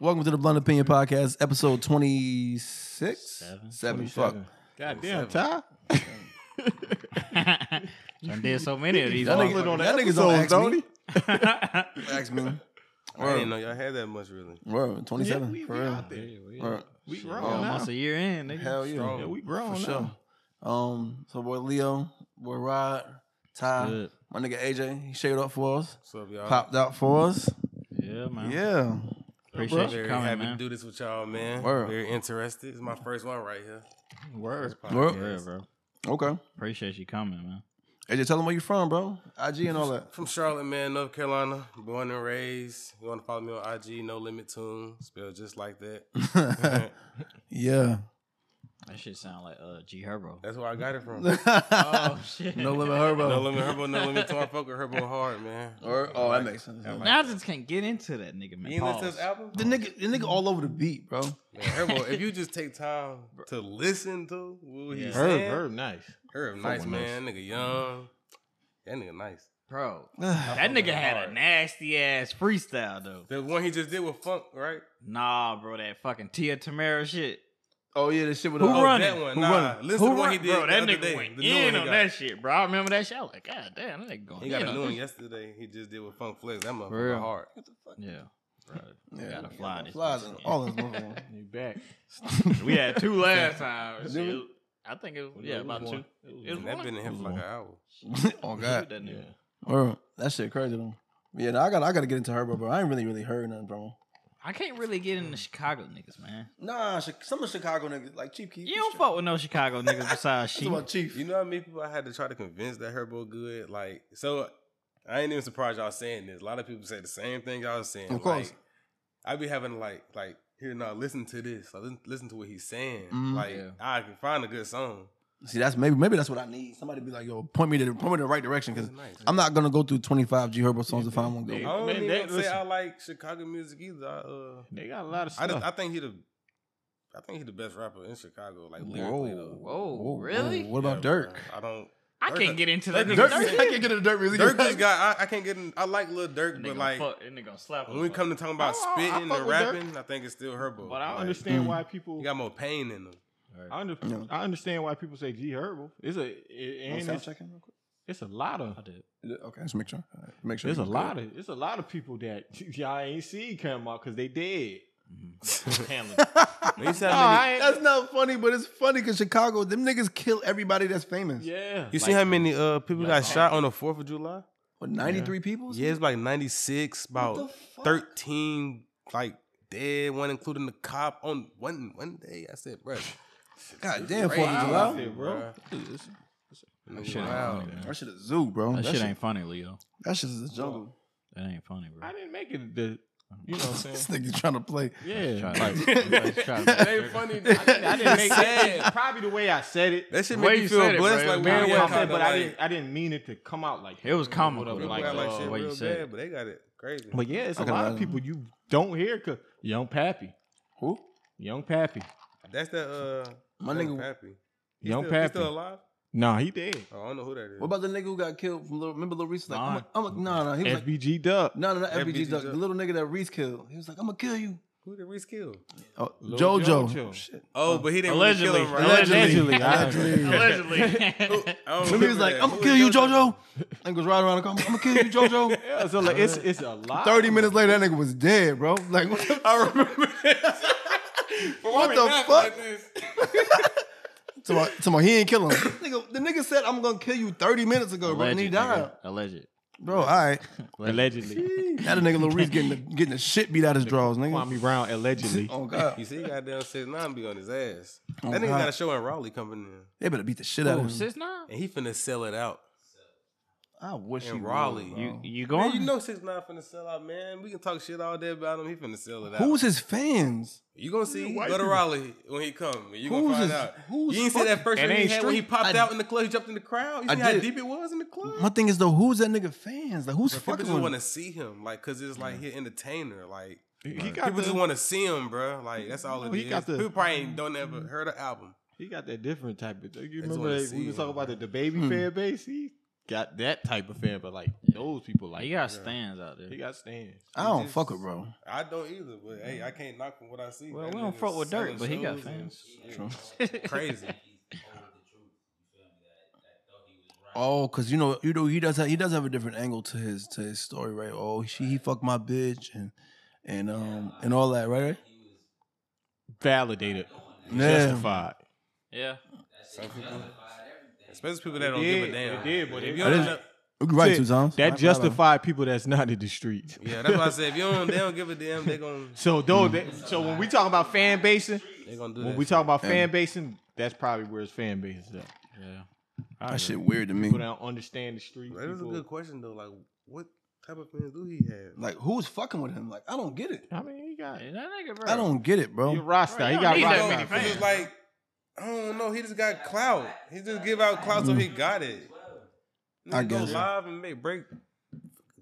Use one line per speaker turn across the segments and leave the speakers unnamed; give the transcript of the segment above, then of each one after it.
Welcome to the Blunt Opinion Podcast, episode 26?
Seven.
Fuck.
God damn, Ty.
I did so many of these.
That
motherfuckers.
nigga-
on
that
the
nigga's on
episodes,
Ask
don't
Me.
he?
Oh,
Ask me.
I didn't know y'all had that much really.
Word, 27.
Yeah, we-
for
we
real.
out there.
Word.
We
We're
grown now.
almost a year in. Nigga.
Hell yeah.
Yeah, we grown
For
now.
sure. Um, so boy Leo, boy Rod, Ty,
Good.
my nigga AJ, he shaped up for us,
What's up, y'all?
popped out for us.
Yeah, man.
Yeah.
Appreciate
Very
you coming,
happy
man.
to do this with y'all, man.
Word.
Very interested. It's my first one right here.
Word.
Podcast.
Word.
Yeah, bro.
Okay.
Appreciate you coming, man.
AJ, tell them where you from, bro. IG and all that.
From Charlotte, man, North Carolina. Born and raised. You want to follow me on IG? No Limit Tune. Spelled just like that.
yeah.
That shit sound like uh, G Herbo.
That's where I got it from.
Oh shit.
no limit
No
herbo.
Limit Herbo, No Limit Tune. I fuck with Herbo hard, man.
Or, oh, that makes sense.
Now I just can't get into that nigga,
You
man.
ain't listen to
Pause.
his album?
The nigga, the nigga all over the beat, bro.
Man, Herbo, if you just take time to listen to what he's
Yeah.
Herb,
saying.
Herb, nice.
Herb, nice, man. Nigga young. That nigga nice.
Bro,
yeah,
that nigga had a
hard.
nasty ass freestyle, though.
The one he just did with Funk, right?
Nah, bro, that fucking Tia Tamara shit.
Oh yeah, this shit with
Who
the-
Oh,
running?
that one.
Who
nah.
running?
Listen to
Who
what he
run-
did.
Bro, that
the
nigga
other day.
went
the new
in
one
on
he got.
that shit, bro. I remember that shit. I was like, God damn, that nigga going
He got
in
a
on
new one
this
yesterday. He just did with Funk Flex. That
For real.
motherfucker hard.
shit. Yeah. Bro,
Yeah,
gotta fly this
Flies
bitch.
and all this motherfucker.
You back.
We had two last time.
Did we?
Shit. I think it was,
it
yeah,
was
about
one.
two. It was
And that
one.
been in him for like an hour.
oh god.
That nigga.
Bro, that shit crazy though. Yeah, no, I got I got to get into Herbo, bro. I ain't really really heard nothing from him.
I can't really get
Mm.
into Chicago niggas, man.
Nah, Chi- some of Chicago niggas like Chief Keef.
You don't fuck with no Chicago niggas besides
Talking
she.
about Chief.
You know how many people I had to try to convince that Herbo good? Like, so I ain't even surprised y'all saying this. A lot of people say the same thing y'all was saying.
Of course.
Like, I be having like, like, here now, listen to this. Like, listen, listen to what he's saying.
Mm.
like,
Mm-hmm. Yeah.
I can find a good song.
See, that's maybe maybe that's what I need. Somebody be like, yo, point me to the, point me to the right direction because
It's nice.
I'm not gonna go through 25 G Herbo songs if I don't want to
I
go.
don't
Man,
even
that-
say I
listen.
like Chicago music either. I, uh,
They got a lot of
I
stuff.
just, I think he the, I think he the best rapper in Chicago. Like lyrically though.
Whoa, really?
What about
Yeah,
Dirk?
bruh. I don't.
I
Dirk-
can't get into that
Dirk-
nigga.
Dirk,
Dirk-
I can't get into Dirk music.
Dirk just got. I, I can't get. In, I like Lil Dirk,
That
but
nigga
like
fuck, that nigga gonna slap
when we
us.
come to talking about
I- I- I
spitting
fuck
and
with Dirk.
rapping, I think it's still Herbo.
But I
Like,
understand
Mm.
why people.
He got more pain in him.
I, under,
Yeah.
I understand why people say G Herbal. It's a it, and it's,
checking real quick.
it's a lot of
I did.
Okay, let's make sure. All right, Make sure.
there's a
you good.
lot of it's a lot of people that y'all ain't see come out because they dead.
Hamlin.
He sound
I ain't-
That's not funny, but it's funny because Chicago, them niggas kill everybody that's famous.
yeah.
you see how many uh people got shot on the Fourth of July?
What, 93 people?
Yeah, it's like ninety six,
the
about
fuck?
thirteen like dead, one including the cop on one one day. I said, bro,
God damn, 4th
Crazy.
of
I
July.
said, bro.
shit ain't
Wow,
funny, man.
That shit is a zoo, bro.
That shit ain't funny, Leo.
That shit is a jungle.
That ain't funny, bro.
I didn't make it. The, you know what I'm saying?
This nigga trying to play.
Yeah.
Try to- try to-
That ain't funny.
I didn't make it. Probably the way I said it.
That shit
The way
make
you
you feel
said it,
blessed,
bro,
like
it
we
made
Man,
me
ain't
what I'm
kinda
Yeah,
saying, but I
like-
didn't I didn't mean it to come out like
It was comical,
Whatever,
People
like,
act like
uh,
shit
what you
real
said.
bad, but they got it crazy.
But yeah, it's
I
a
can
lot of
imagine.
people you don't hear. Cause Young Pappy,
Who?
Young Pappy,
That's that uh
My
that
nigga-
Pappy. He
Young
still, he
Pappy.
still alive?
nah, he dead.
Oh, I don't know who that is.
What about the nigga who got killed from Little, remember Lil Reese? Like, I'm a- I'm a, no, no, he was like,
FBG Dub.
no, no, not FBG,
FBG
Duck,
Duck.
the little nigga that Reese killed. He was like, I'm gonna kill you.
who did Reese kill?
Oh,
Lil
JoJo.
Jojo.
Shit.
Oh, but he didn't
Allegedly.
really kill him, right?
Allegedly.
Allegedly, I-
Allegedly.
I don't
Remember he was
remember
like, I'm
that. Who
gonna
was
kill you, JoJo. Nigga was riding around the car, I'm gonna kill you, JoJo.
Yeah, so like it's it's a lot.
30 minutes later, that nigga was dead, bro. Like, what the,
I remember this.
what the fuck? So, I- so I- he ain't kill him. nigga, the nigga said, I'm gonna kill you 30 minutes ago, bro, and he
Alleged,
died.
nigga. Alleged.
Bro, all right.
Allegedly,
Now the nigga Lil Reese getting the, getting the shit beat out his drawers, nigga.
Kwame Brown allegedly.
Oh, God.
You see, goddamn six nine be on his ass.
Oh,
that nigga
God.
got a show in Raleigh coming in,
They better beat the shit out
Oh,
of him.
six nine.
and he finna sell it out.
I wish
in
he would,
Raleigh.
bro.
You you
Man,
going?
you know six nine finna sell out, man. We can talk shit all day about him. He finna sell it out.
Who was his fans?
You gonna see?
white
Go to
people.
Raleigh when he come. You gonna
Who's
find
his-
out.
who's
you ain't see that first
That
one he
ain't
had when he
street.
popped
I-
out in the club. He jumped in the crowd. You
I
see how
did.
deep it was in the club.
My thing is though, who's that nigga fans? Like, who's
But people
fucking
just
with
want
him?
to see him, like, cause it's like he entertainer. Like
He got
people just
the- Oh,
want to see him, bro. Like that's all it
He
is.
got the- Mm-hmm.
people probably ain't, don't ever heard an album.
He got that different type of thing. You
That's
remember
what I
that we
see,
was talking
man.
about the, the baby fan base? He got that type of fan, but like those people, like
He got stands out there.
he got stands.
I don't
just-
fuck with bro.
I don't either, but hey, I can't knock from what I see.
Well,
That
we don't
nigga's
fuck with
selling
Dirk, but he got
shows and
fans.
shit.
True.
Crazy.
Oh, cause you know, you know, he does have he does have a different angle to his to his story, right? Oh, she he fucked my bitch and and um and all that, right?
Validated,
Yeah.
justified.
Yeah.
Some people, especially people that don't give a damn.
It did, but
If
it,
you don't
is-
know-
You Right,
Shit,
two times.
that justified people that's not in the streets.
yeah, that's why I said if you don't, they don't give a damn. They gonna
So those, that, so when we talk about fan basing,
they gonna do
when
that.
we talk about
Yeah.
fan basing, that's probably where his fan base is at.
Yeah.
That shit weird to me.
People that don't understand the street.
shit. that is a
people-
good question though. Like, what type of fans do he have?
Like who's fucking with him? Like I don't get it.
I mean, he got
Hey, that nigga, bro.
I don't get it,
he a
bro.
roster.
Bro,
He
y'all
got
need that
Like,
many
roster.
it's just like I don't know. He just got clout. He just give out clout so he got it.
I
Nigga go
guess so.
live and make break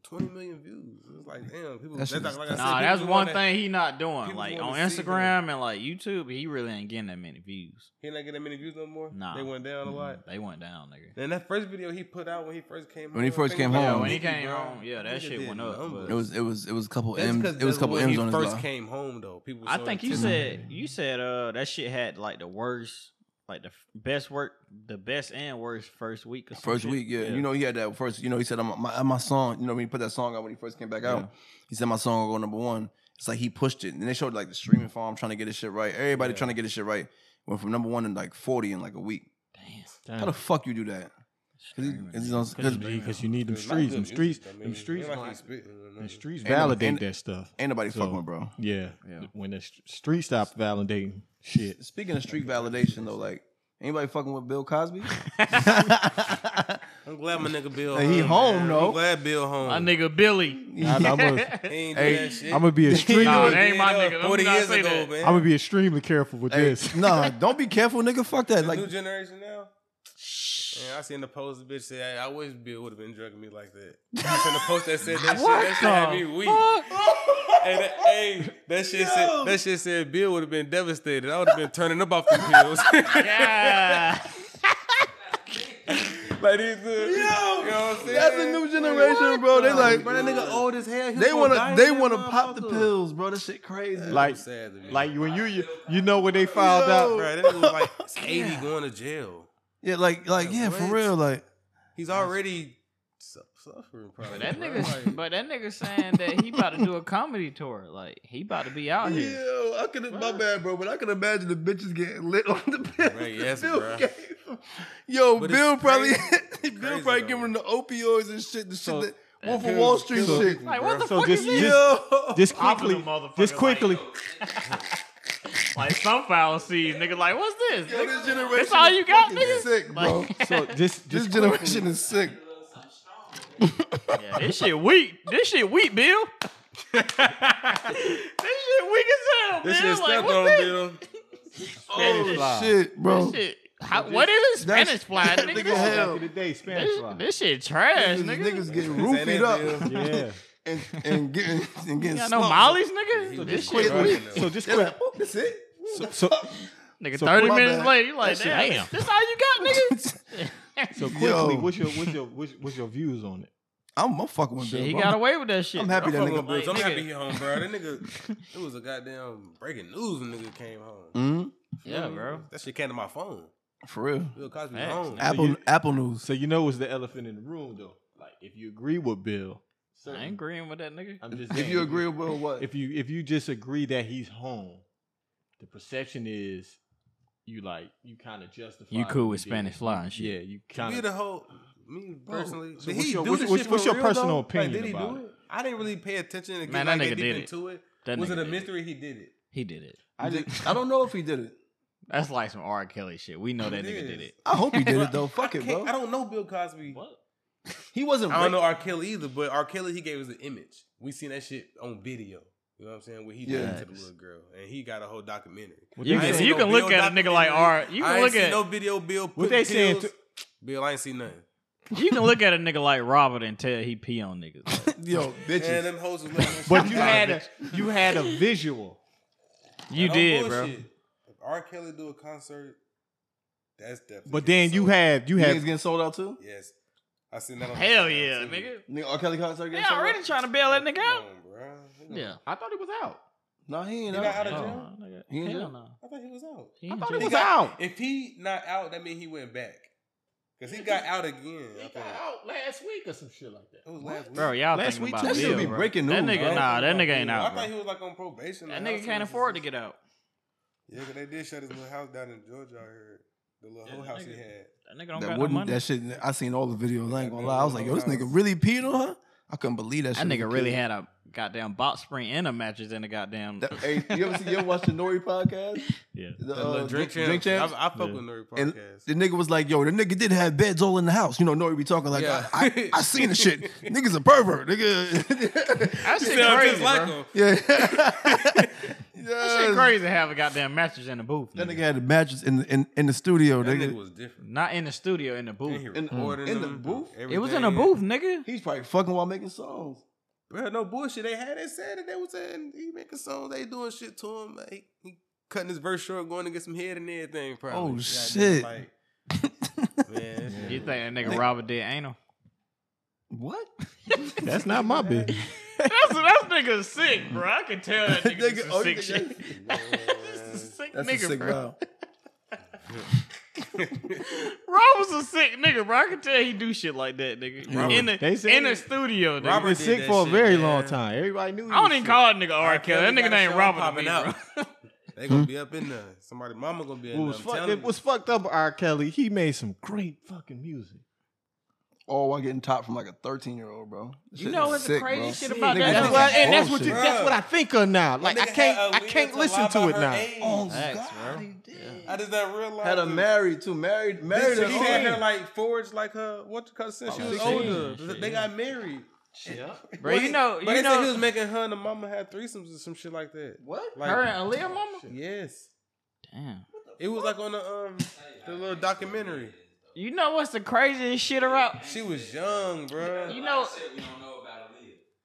twenty million views. It's like damn, people.
That
That's,
shit
like,
is
like I
tough.
said,
Nah,
people
that's
just
one
wanna-
thing he not doing.
people
Like
wanna
on
see
Instagram and like YouTube, he really ain't getting that many views.
He not getting that many views no more.
Nah,
they went down a lot.
Mm, They went down, nigga.
And that first video he put out when he first came
When he
home,
first
I think it
came
was like
home.
a
When he
Nicki
came
Brown.
home, yeah, that
Nigga
shit
did
went up,
numbers.
but-
It was it was it was a couple
That's
M's.
'cause
It was a
that's
couple
when
M's on his
he
uh,
first
line.
came home though. People.
I
saw
think
the
you
TikTok.
said you said uh that shit had like the worst, like the f- best work, the best and worst first week. Or some
First
shit.
week, yeah. You know, he had that first. You know, he said my my, my song. You know, when he put that song out when he first came back out, he said my song will go number one. It's like he pushed it, and they showed like the streaming farm trying to get his shit right. Everybody
Yeah.
trying to get his shit right. Went from number one to like forty in like a week. How the fuck you do that? 'Cause he- 'cause he's on- 'cause
Because you need them
It's not
streets.
good
Them
music.
streets.
I mean,
Them streets.
ain't like
gonna-
he spitting,
Them streets
Ain't no-
validate
ain't-
that stuff.
ain't nobody
So-
fucking with bro.
Yeah.
Yeah.
When the st- street stopped validating shit.
Speaking of street validation though, like anybody fucking with Bill Cosby?
I'm glad my nigga Bill.
Hey, he home,
man.
though.
I'm glad Bill home.
My nigga Billy.
I, am gonna,
He ain't do
Hey,
that shit.
I'm gonna be extremely.
Nah,
I'm
that ain't my
Yeah,
nigga. Let me
Forty
not
years
say
ago,
that.
man.
gonna be extremely careful with
hey,
this.
nah, don't be careful, nigga. Fuck that.
The
Like
new generation now. Man, I seen the post. The bitch said, hey, "I wish Bill would have been drugging me like that." I seen the post that said that shit.
What
That shit had
the
me weak. Hey, that, hey, that shit said that shit said Bill would have been devastated. I would have been turning up off the pills.
Yeah.
like these, uh, you know what I'm saying?
that's a new generation, bro. They like
Bro, that nigga old as hell. He
They
gonna
wanna
die in
they
that
wanna pop the
motherfucker.
pills, bro. That shit crazy.
Like,
Sad to me.
like when you you, you know when they found out.
bro, that nigga was like 80 going to jail.
Yeah, like like yeah, for
what?
real. Like
He's already su- suffering probably.
But that
bro.
nigga,
Like,
but that nigga saying that he about to do a comedy tour. Like he about to be out here.
Yo, I could my bad, bro, but I could imagine the bitches getting lit on the pills.
Right, yes,
Bill
bro.
gave 'em. Yo,
But it's
Bill probably
crazy.
Bill
Crazy,
probably
though.
giving them the opioids and shit, the
So-
shit that Wolf of Wall Street
Kill
shit.
people,
Like
bro.
what the
So
fuck
just-
is this?
just-
Yo.
Just
Popping
quickly,
the motherfucker,
just
like-
quickly.
like some foul seeds, nigga. Like what's this?
Yo,
nigga?
this generation
That's all
is
you got,
fucking
nigga?
sick, bro.
so just
this
just
generation is sick.
Yeah, this shit weak. This shit weak, Bill. this shit weak as hell,
This
Bill.
shit
Like
stepped
what's
on
this?
Bill.
Spanish
Oh
fly.
shit, bro.
This shit. How, what is it?
that's-
Spanish fly,
that's
nigga.
nigga
This,
hell.
Back in the day, Spanish
this,
fly.
this shit trash,
These
nigga.
niggas getting
Say
roofied
that,
up
Bill.
Yeah.
and, and getting and getting
Y'all know
slumped.
Molly's, nigga.
was
this
Quick,
shit,
quick.
Right.
So just
They're
quick.
like, "Oh, That's it.
So, so,
nigga.
So
Thirty
my
minutes
bad.
later, you like,
That shit-
damn,
damn.
this all you got, nigga.
so quickly,
Yo.
what's your what's your what's, what's your views on it?
I'm, I'm fucking with
Shit,
Bill.
he
bro.
got away with that shit.
I'm happy
I'm
that
fucking
nigga-
with Bruce. I'm
Like,
happy
nigga.
he home, bro. That nigga, it was a goddamn breaking news when nigga came home.
Mm.
Mhm.
Yeah, bro.
That shit came to my phone.
For real.
Bill Cosby's
Facts,
home.
nigga.
Apple
you-
Apple News.
So you know it's the elephant in the room though. Like if you agree with Bill,
I ain't agreeing with that nigga.
I'm just
If
saying,
you agree with Bill, what?
if you if you just agree that he's home, the perception is you like you kind of justify.
You cool
what
with
did.
Spanish fly and shit.
Yeah, you
We
kind
the
of.
whole. Me personally,
so
did
what's
he
your-
do
what's-
this
what's-
shit
what's
for
your
real,
personal
though?
opinion
like, did he
about
do it? I didn't really pay attention and get
Man,
like,
that
that
nigga
deep
did it.
into it.
That
was
nigga
it a
did
mystery? He did it.
He did it.
I, don't know if he did it.
That's like some R. Kelly shit. We know
It
that nigga did
is.
it.
I hope he did it though.
I
Fuck it,
can't- I
bro.
don't know Bill Cosby.
What?
He wasn't.
I don't
raped.
know R. Kelly either, but R. Kelly he gave us an image. We seen that shit on video. You know what I'm saying? Where he
Yeah.
did it to the little girl, and he got a whole documentary.
What
You
they
I ain't
saying-
can,
seen
you
no
can
Bill
look at a nigga like
documentary.
R. You
I
can
ain't
look
seen
at
no video Bill. What
they
they
saying
saying? Bill, I ain't seen nothing.
you can look at a nigga like Robert and tell he pee on niggas.
Yo,
And
bitches.
them hoes was letting us-
But you had a you had a visual.
You
Don't
did, bro.
bullshit. If R. Kelly do a concert, that's definitely.
But then you had you
Niggas
had
getting sold out too.
yes. I seen that on
Hell yeah,
Instagram, too.
nigga.
Nigga, R. Kelly concert.
They
getting sold
already
out?
trying to bail that nigga
Come
out.
on, bruh.
Yeah.
I thought it was out.
No, he ain't
He not
out.
out of
Oh,
jail.
nigga.
He in
Hell
jail?
no.
I thought he was out.
He
I
in
thought
jail.
it was
got-
out.
If he not out, that mean he went back. Cause he got out again. I
He
think.
got out last week or some shit like that.
It was last week.
Bro, y'all
Last
thinking
week,
about
too.
That should
Bill,
be
bro.
breaking
That
news,
nigga,
bro.
nah, that nigga ain't
I
out.
thought
bro.
he was like on probation.
That
Like,
nigga
how
can't
serious
afford to
is
get out.
this? Yeah, cause they did shut his little house down in Georgia. I heard the little
Yeah,
whole
that
house he
nigga-
had.
That nigga don't
That
got no
wouldn't.
money.
That shit. I seen all the videos. I ain't gonna lie. I was like, yo, this
Yeah.
nigga really peed on her. I couldn't believe that.
That
shit was a
nigga really
kid.
had a goddamn box spring and a mattress in the goddamn.
That, hey, you ever see? You ever watch the Nori podcast?
yeah.
The,
The little
uh,
drink champs.
Drink Champs?
I, I fuck
Yeah.
with Nori
And
podcast.
the nigga was like, yo, the nigga did have beds all in the house. You know, Nori be talking like,
Yeah.
I, I, I seen the shit. Niggas a pervert, nigga.
That shit
Sound
crazy,
just like
bro.
him.
yeah.
That shit
Yes.
crazy to have a goddamn mattress in the booth.
That nigga
nigga.
had a mattress in, in, in the studio,
That
nigga. Mm.
nigga was different.
Not in the studio, in the
And
booth.
he
in
recorded
the
them,
booth?
It was in a
everything.
booth, nigga.
He's probably fucking while making songs.
Bro, no bullshit. They had it said that they was saying he making songs. They doing shit to him. Like he cutting his verse short, going to get some head and everything. Probably.
Oh,
Goddamn,
shit.
Like, man,
You think that nigga Robert did anal?
What?
That's not my bitch.
That's that nigga sick, bro. I can tell that nigga,
Nigga,
this is
oh,
sick
nigga,
shit. This
Man.
is a sick
That's
nigga,
a sick
bro.
round.
Rob was a sick nigga, bro. I can tell he do shit like that, nigga.
Robert-
in the
They said
in the
it-
studio, nigga.
Robert
Robert was
did
sick
that
for a
shit,
very
man.
long time. Everybody knew. he
I don't
was
even
sick.
call that nigga R.
R.
Kelly. That
Kelly
nigga
got a
named
show
Robert to
popping
me,
out.
bro.
they
Hmm?
gonna be up in there. Somebody, mama gonna be in
What
there.
was
I'm
fucked,
telling
it
you.
was fucked up. R. Kelly. He made some great fucking music.
All while Oh, getting top from like a 13 year old, bro. That
You
shit
know
is
what's the
sick,
crazy
bro.
shit about
Nigga,
that?
that's
That's what, and that's what you,
bullshit.
that's what I think of now. Like I
Nigga
can't,
had uh,
I
Aaliyah
can't listen
lie
to
by
it
her
now.
age.
Oh,
Facts,
God,
bro.
he did.
I just not realize.
Had a
that-
married too. Married, married.
This shit,
and
He
all.
had her like forged like her. What you call it, since she
Oh,
was
16
older?
and shit,
They
yeah.
got married.
Bro, you know,
But
you
they said he was
know,
making her and the mama had threesomes or some shit like that.
What?
Like,
her and Aaliyah mama.
yes,
Damn.
it was like on the um the little documentary.
You know what's the craziest shit around?
She was young, bro.
You know,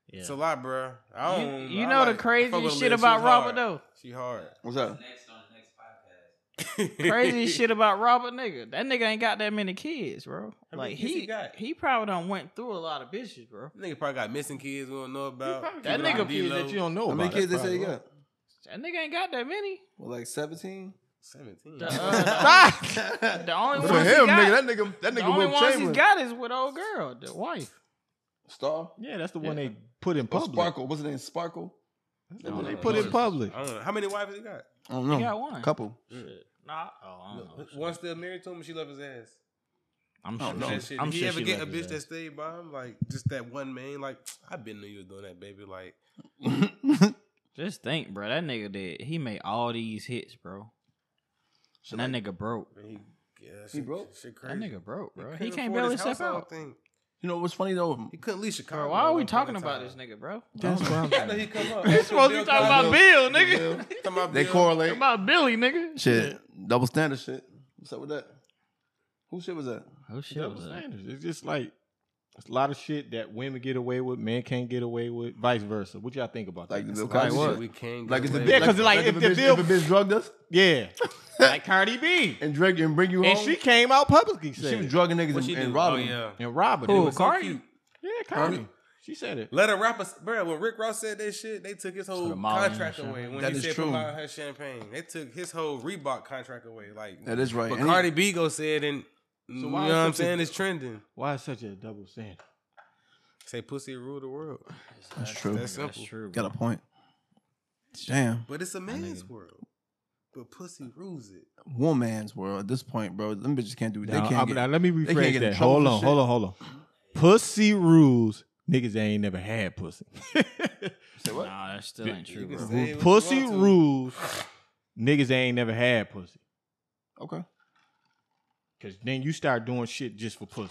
It's a lot, bro. I
You-
don't.
you
I
know
like- I fuck
the
with
craziest
Aaliyah.
shit
She was
about Robert,
hard.
though?
She hard.
What's up?
craziest shit about Robert, nigga. That nigga ain't got that many kids, bro.
How many
like
kids
he,
he got?
he probably done went through a lot of bitches, bro.
Nigga probably got missing kids we don't know about.
That
Keep it
nigga
on
kids
D-Lo.
that you don't know
How many
about.
kids they
That's
say you
probably
got?
That nigga ain't got that many.
Well, like 17?
seventeen.
The,
That
uh,
For
the, the only
him,
ones he
nigga,
got,
that nigga, that
the
nigga
only
Will
ones he's
Chamberlain.
got is with old girl, the wife.
Star?
why. Yeah, that's the one
Yeah.
they put in
Or
public.
Sparkle? What's his name? Sparkle?
That's the one
No,
they
no,
put
no.
in public.
I don't know. How many wives he got?
I don't
He got
know. A
one.
couple.
Shit. Nah, oh, I don't know.
One still married to him, and she left his ass.
I'm
Oh,
sure.
no.
That
she-
shit.
I'm
if he
sure
ever
she
get a
left
bitch
his
that
ass.
stayed by him, like just that one man, like I been knew you was doing that, baby. Like
Just think, bro. That nigga did. He made all these hits, bro. And that nigga broke.
man, he, yeah, that
He
shit-
broke?
Shit crazy.
That nigga broke, bro. He
couldn't
can't
afford
barely
his
step
house, I don't
out.
think.
You know what's funny though?
He couldn't leave Chicago.
Bro, why are we
at one point
talking
in
about
time.
this nigga, bro?
That's why I'm
I know he come up.
We're supposed to be talking about Bill, nigga.
Talking about
They
Bill.
correlate.
about Billy, nigga.
Shit, double standard shit. What's up with that? Who shit was that?
Oh shit.
double
was that?
standards. It's just like it's a lot of shit that women get away with, men can't get away with, vice versa. What y'all think about
Like
that?
the Bill
Like
Cosby shit?
We can't.
Like it's a,
Yeah, 'cause like,
if,
if
a
the
bitch,
bill-
if a bitch drugged us
yeah, like Cardi B,
and drug and bring you
and
home,
she came out publicly
she
said
was
it.
drugging niggas
what
and,
she
and
do? Oh,
robbing. them.
yeah.
and Robert.
Who,
it was so
Cardi?
cute. Yeah, Cardi. She said it.
Let a rapper, bro. When Rick Ross said that shit, they took his whole
the Molly and
contract
the
away.
champagne.
When
That
he
is
said
true.
from out her champagne, they took his whole Reebok contract away. Like
That is right.
But
And
Cardi B go said, and you know
why
what
is
I'm
such a-
saying? It's trending.
Why is such a double standard?
Say pussy rule the world.
that's true.
That's simple.
true.
Got a point. Damn,
But it's a man's world. But pussy rules it.
woman's world at this point, bro. Them bitches can't do. They
Now,
can't.
I'm-
get,
now, let me
can't get
rephrase
in
that.
trouble
Hold
for
on,
shit.
hold on, hold on. Pussy rules. Niggas that ain't never had pussy.
say what?
Nah, that still ain't true,
can
bro.
say- Hey, what you
pussy
want to?
rules. Niggas that ain't never had pussy.
Okay.
Cause then you start doing shit just for pussy.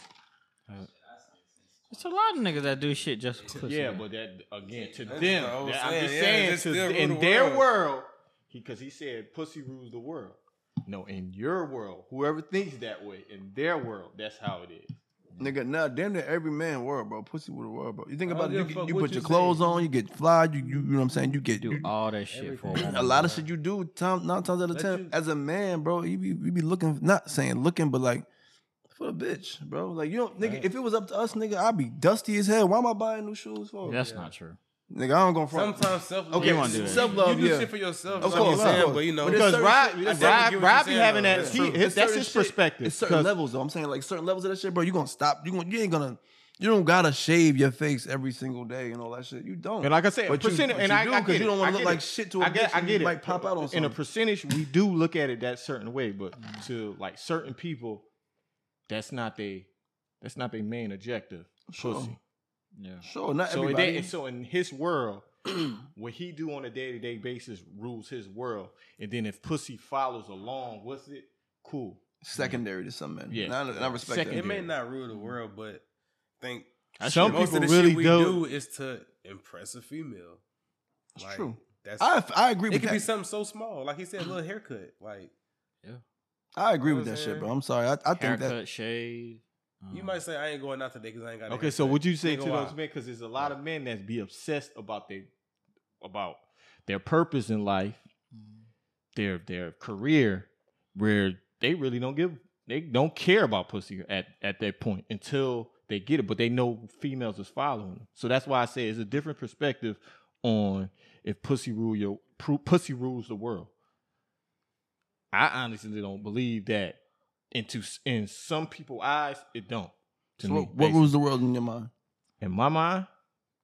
It's a lot of niggas that do shit just for pussy.
yeah,
bro.
but that again to
That's
them.
what I was
that- I'm
saying.
just
Yeah,
saying
just
to-
still rule
in
the
their
world.
world, because he, said pussy rules the world. No, in your world, whoever thinks that way, in their world, that's how it is.
Nigga, nah, damn near every man world, bro. Pussy with a world, bro. You think
I
about it,
don't
you,
give a
get-
fuck
you
what
put
you
your
say.
clothes on, you get fly, you, you you know what I'm saying? You get
do
you-
all that shit for a
Everything.
woman.
a lot
bro.
of shit you do, time nine times out of
Let
ten,
you-
as a man, bro, you be you be looking not saying looking, but like for a bitch, bro. Like you don't, nigga. If it was up to us, nigga, I'd be dusty as hell. Why am I buying new shoes for?
That's not true.
Nigga, I don't go front.
Sometimes self love.
Okay,
You wanna do that.
self-love,
You do
yeah.
shit for yourself.
Of
Of course,
course, of course.
but you know,
But
Because
certain
Rob,
shit-
Rob,
I definitely get
Rob
what
be
you're saying,
having
though.
that.
It's
He,
true.
his,
It's
that's
certain
his
shit.
perspective.
It's certain
'cause-
levels though. I'm saying like certain levels of that shit, bro. You gonna stop. You gonna you ain't gonna you don't gotta shave your face every single day and all that shit. You don't.
And like I said,
But you-
percentage,
but
and
you
I,
do,
I
'cause
get
you
it.
don't wanna
I
look
get
like
it.
shit to a
I get,
bitch
I
and
get
you
it.
might pop out on
In a
something.
percentage, we do look at it that certain way, but to like certain people, that's not they, that's not their main objective.
Sure.
Pussy.
Yeah.
sure, not
So in,
everybody.
that, so in his world, what he do on a day to day basis rules his world, and then if pussy follows along with it, cool.
secondary to some men.
Yeah.
Yeah, and I, and I respect
Second-
that.
It
It
may
may not rule the world, but think
That's
Some
true.
most of the
people really
shit we
do-
do is to impress a female.
It's true.
That's
I, I agree
It
with
could be
that.
something so small, like he said, a little haircut. Like
I agree with
You know
that
what I'm
shit, bro.
saying?
I'm sorry. I, I think
Haircut,
that
shave.
you
um,
might say, I ain't going out today because I ain't got. a
Okay, so
haircut."
would you say
Nigga,
to
why?
those men? Because there's a lot of men that be obsessed about their about their purpose in life,
Mm-hmm.
their their career, where they really don't give they don't care about pussy at at that point until they get it, but they know females is following them. So that's why I say it's a different perspective on if pussy rule your pru- pussy rules the world. I honestly don't believe that. Into in some people's eyes, it don't. To
so
me,
what, what
basically
rules the world in your mind?
in my mind,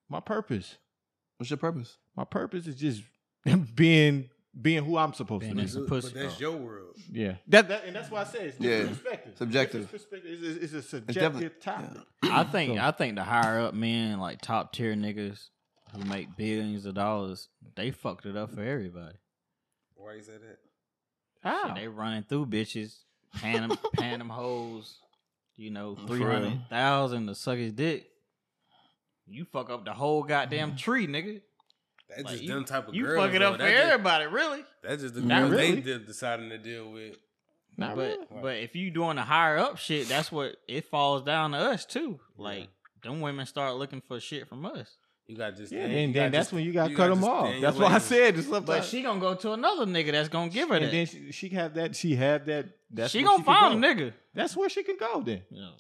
my purpose.
What's your purpose?
My purpose is just being being who I'm supposed
Being
to
a
be. Oh.
good-
but,
pussy.
but that's your world.
Yeah, that, that and that's why I say it's different
Yeah.
perspective.
Subjective.
Different perspective. It's, it's- it's a
definitely-
subjective topic.
I think
So-
I think the higher up men, like top tier niggas who make billions of dollars, they fucked it up for everybody.
Why you say that?
Shit, they running through bitches, pan them, pan them hoes, you know,
For real.
300,000 to suck his dick. You fuck up the whole goddamn tree, nigga.
That's
Like,
just
you-
them type of
You
girls.
fuck it
though.
up Mm-hmm. for
That's just,
everybody, really.
that's just the
Not
girls
really.
they did, deciding to deal with.
Not
but
really.
but if you doing the higher up shit, that's what it falls down to us too. Like them women start looking for shit from us.
You got just
Yeah,
stand-
then,
you
then
gotta
that's
just-
when you gotta
you
cut
gotta
them
just
off.
stand
That's
your
why I
ways.
said it's
But
sometimes.
she gonna go to another nigga that's gonna give her
and
that.
then she, she have that. She have that. That's
she
where
gonna
can
find
go.
a nigga.
That's where she can go. Then
Yeah,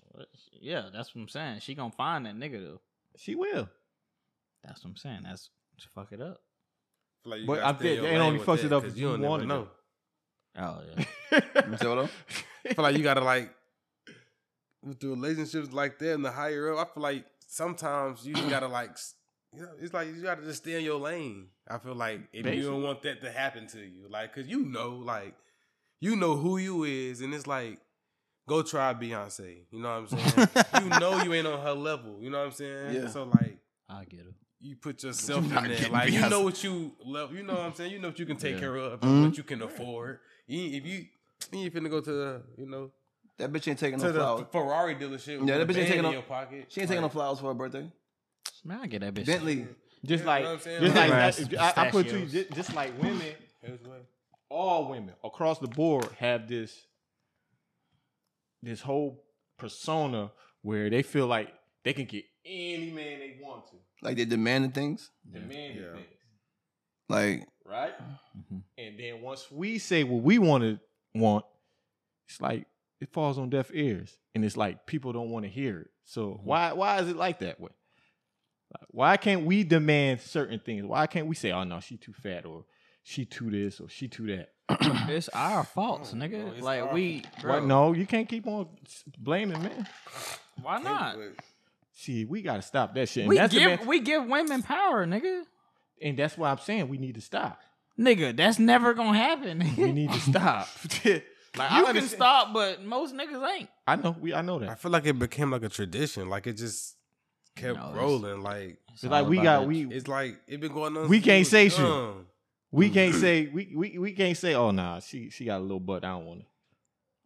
yeah, that's what I'm saying. She gonna find that nigga though.
she will.
That's what I'm saying. That's to fuck it up.
Like you
But
gotta
I
stay
bet
your
they
lane
only
with
fucks
that
it up
'cause
if
you
you
don't never
wanna
know.
Oh yeah.
You feel though?
I feel like you gotta like with the relationships like that and the higher up. I feel like sometimes you just gotta like, s- you know, it's like you gotta just stay in your lane. I feel like if you
Basically.
don't want that to happen to you, like, cause you know, like, you know who you is, and it's like, go try Beyonce. You know what I'm saying? you know you ain't on her level. You know what I'm saying?
Yeah.
So like.
I get it.
You put yourself
not
in there,
getting
like you
Beyonce.
know what you love. You know what I'm saying. You know what you can take
Yeah.
care of,
Mhm.
Mm-hmm.
and what you can afford. You, ain't- if you you ain't finna go to the, you know
That bitch ain't taking
to
no
the
flowers.
Ferrari dealership.
Yeah,
Yeah,
that
that
bitch ain't taking
in
no-
your pocket.
She ain't taking no
Like,
flowers for her birthday.
Man, I get that bitch.
Bentley.
Just
You know
like,
what I'm saying?
just like
Like,
that, I, I put to you,
pistachios.
just, just like women.
here's what-
all women across the board have this this whole persona where they feel like they can get any man they want to
Like they demanding things.
demand
Yeah.
things,
Like
right?
Mhm.
And then once we say what we want to want, it's like it falls on deaf ears, and it's like people don't want to hear it. So
Mm-hmm.
why why is it like that way? Like, Why can't we demand certain things? Why can't we say, "Oh no, she too fat," or "She too this," or "She too that"?
It's our faults, nigga.
it's
like
our
we, bro,
What? No, you can't keep on s- blaming men.
why not?
See, we gotta stop that shit. And
We
that's the
give
man-
we give women power, nigga.
and that's why I'm saying we need to stop.
Nigga, that's never gonna happen.
We need to stop. like I
you can
understand-
stop, but most niggas ain't.
I know. We I know
I
that.
feel like it became like a tradition. Like it just kept
No, it's-
rolling. Like
It's like we got we
it's like it been going on.
We
since
can't
was
say shit.
young.
we can't say we, we we can't say oh nah she she got a little butt I don't want it.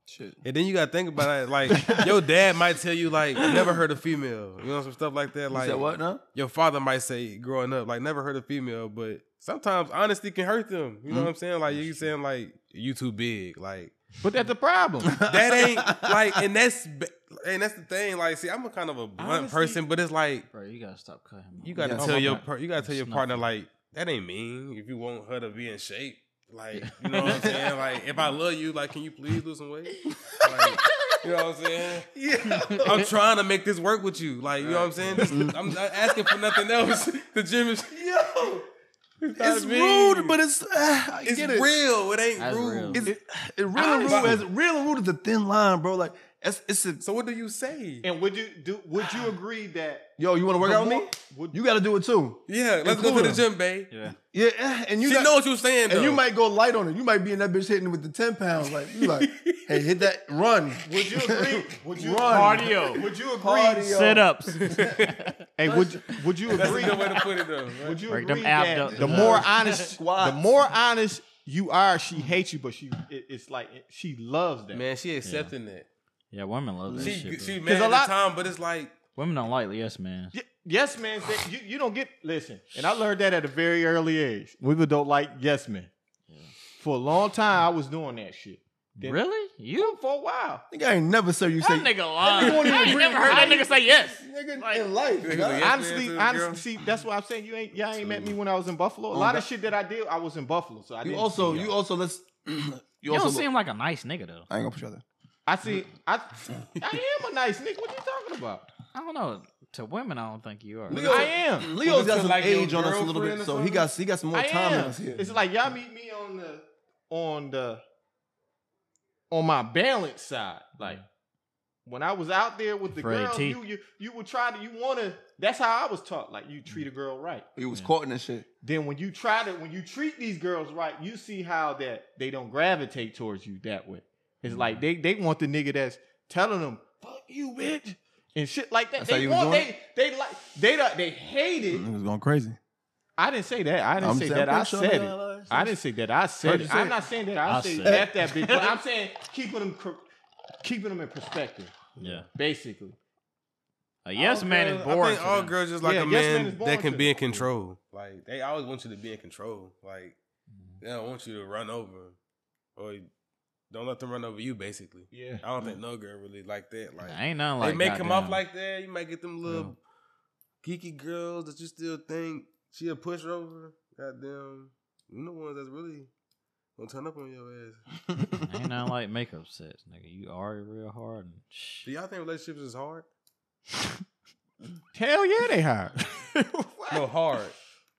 shit.
And then you gotta think about it. Like your dad might tell you like never hurt a female. You know some stuff like that.
You
Like
said what now?
your father might say growing up like never hurt a female, but sometimes honesty can hurt them. You know what I'm saying? Like you saying like you too big. Like
But that's the problem.
that ain't like, and that's ba- and that's the thing. Like, see, I'm a kind of a blunt
Honestly-
person, but it's like
bro, you gotta stop cutting.
you gotta
Yeah.
tell
Oh,
your
my-
par- you gotta tell your
it's
partner
nothing.
like that ain't mean if you want her to be in shape. Like, you know what I'm saying? Like, if I love you, like, can you please lose some weight? Like, You know what I'm saying?
Yeah.
I'm trying to make this work with you. Like, you know what I'm saying? This- I'm not asking for nothing else. The gym is
Yo.
It's
I mean,
rude, but it's uh, I
it's
get it.
real. It ain't
That's
rude.
real.
It's it, real and rude. As, real and rude is a thin line, bro. Like it's it's a,
So what do you say?
And would you do? Would you agree that?
yo. You want to work
the
out with
more-
me?
Would
You got to do it too.
Yeah, let's go to the
Include
gym, babe.
Yeah.
Yeah, eh, and you
she
not-
know what you're saying, though.
and you might go light on it. You might be in that bitch hitting it with the ten pounds. Like you like, hey, hit that run.
Would you agree? Would you
Run.
cardio? Would you agree?
Cardio.
Sit ups.
Hey, would you, would you
That's a
agree?
good way to put it, though.
Would you
Break them
agree
abdu-
that the more
abductors.
honest, the more honest you are, she hates you, but she it, it's like it- she loves that.
Man, she accepting that.
yeah, women love that
She
shit.
she
bro.
mad
a
at
lot-
the time, but it's like
women don't like yes man.
Y- yes, man. that- you, you don't get listen, and I learned that at a very early age. Women don't like yes men. For a long time, I was doing that shit. Then-
Really? You?
For a while,
Nigga, I ain't never said you say
nigga lying.
won't even
I ain't
bring-
never heard that nigga say yes.
nigga in life.
Nigga,
nah.
yeah. man to
honestly,
the girl.
honestly, see, that's what I'm saying. You ain't, y'all ain't met me when I was in Buffalo. A lot of shit that I did, I was in Buffalo, so I
Oh, You
didn't
also
see y'all.
you also let's you,
You,
also
don't
look-
seem like a nice nigga though.
I ain't gonna put you out there.
I see. I, I am a nice nigga. What you talking about?
I don't know. To women, I don't think you are.
Leo-
I am.
Leo's
Was it
got some
like your
age on us a little
girlfriend
bit,
or
so he got he got some more
I
time
am.
on us here.
It's like y'all meet me on the on the on my balance side.
Mm.
Like when I was out there with the
Fred
girls,
T.
you you you would try to you wanna. That's how I was taught. Like
Mm.
you treat a girl right.
He was caught in this shit.
Then when you try to when you treat these girls right, you see how that they don't gravitate towards you that way. It's
Mm.
like they they want the nigga that's telling them fuck you bitch and shit like that.
That's how
they
you was
want
doing Mm-hmm.
they they like they don't- they hate it.
Niggas going crazy.
I didn't say that. I didn't say that. I said it. I didn't say that. I said
Heard you
it.
say
I'm
it.
not saying that. I,
I
say
said
that that bitch. But I'm saying keeping them cor- keeping them in perspective,
yeah.
basically.
A yes
all
man
girls-
is boring.
I think
to
all
them.
girls just like
Yeah,
a
yes
man,
man is born
that
to
can be
them.
in control.
Like they always want you to be in control. Like they don't want you to run over, or don't let them run over you. Basically,
Yeah.
I don't think no girl really like that. Like
ain't nothing like
they make him off
goddamn-
like that. You might get them little geeky girls that you still think she'll push over. Goddamn, you know ones that's really gonna turn up on your ass.
ain't nothing like makeup sets, nigga. You already real hard and
Do
shh.
y'all think relationships is hard?
Hell yeah, they hired.
No, hard.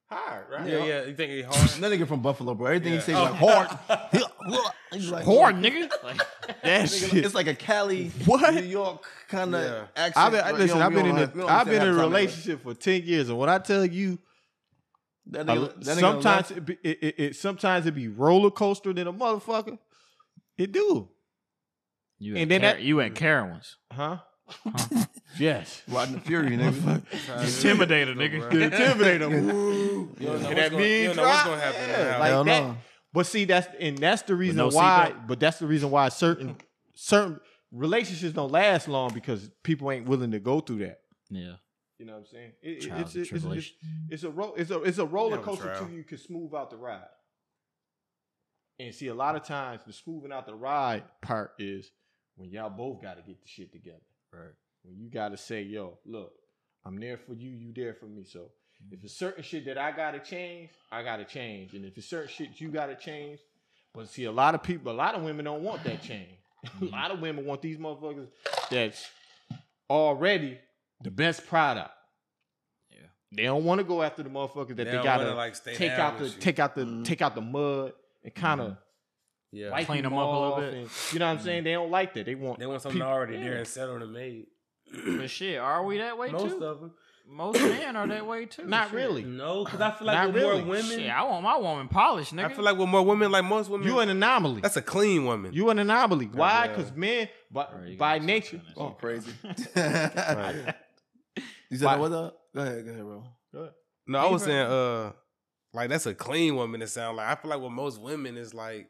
hired, right?
Yeah, yeah. You think it's hard?
That nigga from Buffalo, bro. Everything he
Yeah.
says
Oh.
like hard. He's like,
Hard nigga. Like,
That
Nigga,
shit.
It's like a Cali,
What?
New York kind of
Yeah.
accent.
I've been,
but you
listen,
don't-
I've
we
been
don't
in
have- we
a,
don't
I've
understand half
been in a
the time anyway.
relationship for ten years, and when I tell you,
That
I-
nigga- that nigga
sometimes
left-
it, be, it, it, it sometimes it be roller coaster than a motherfucker. It do,
you
And
and
then
then Car-
that-
you at Carowinds.
huh? yes,
riding the fury, nigga.
Intimidated, nigga.
You
intimidate them.
don't know
And
what's
that
gonna-
mean
you don't know what's
drop,
gonna happen.
yeah,
now.
like
Hell
that.
no.
But see, that's and that's the reason
no
why.
seatbelt?
But that's the reason why certain certain relationships don't last long because people ain't willing to go through that.
Yeah.
You know what I'm saying? It- it-
Trials
it's,
and
it's, it's,
tribulation.
it's a ro- it's a it's a roller
Yeah,
coaster
trial.
till you can smooth out the ride. And see, a lot of times the smoothing out the ride part is when y'all both got to get the shit together. Right. When you got to say, "Yo, look, I'm there for you. You there for me." So if it's certain shit that I gotta change, I gotta change. And if it's certain shit you gotta change, but see, a lot of people, a lot of women don't want that change.
Mm-hmm.
a lot of women want these motherfuckers that's already the best product.
Yeah.
They don't want to go after the motherfuckers that they,
don't
gotta
wanna, like stay
take
down
out the
with you.
take out the take out the mud and kind of
Yeah.
wipe
Mm-hmm. Clean
them
'em up a little
off
bit. Mm-hmm.
and- you know what I'm saying? They don't like that. They want
They want something
people-
already there
yeah.
and settled and made.
But shit, are we that way
Most
too?
of them.
Most men are that way too.
Not
shit.
really.
No, because I feel like
Not
with
really.
more women,
Shit, I want my woman polished, nigga.
I feel like with more women, like most women,
You an anomaly.
that's a clean woman.
You an anomaly. Why?
yeah.
Because men, by,
Bro, you
by
gotta stop
nature,
doing that
Oh,
shit.
crazy.
Right.
You said
Why-
what up? Go ahead, go ahead, bro.
No, I was saying, uh, like that's a clean woman. It sound like I feel like with most women is like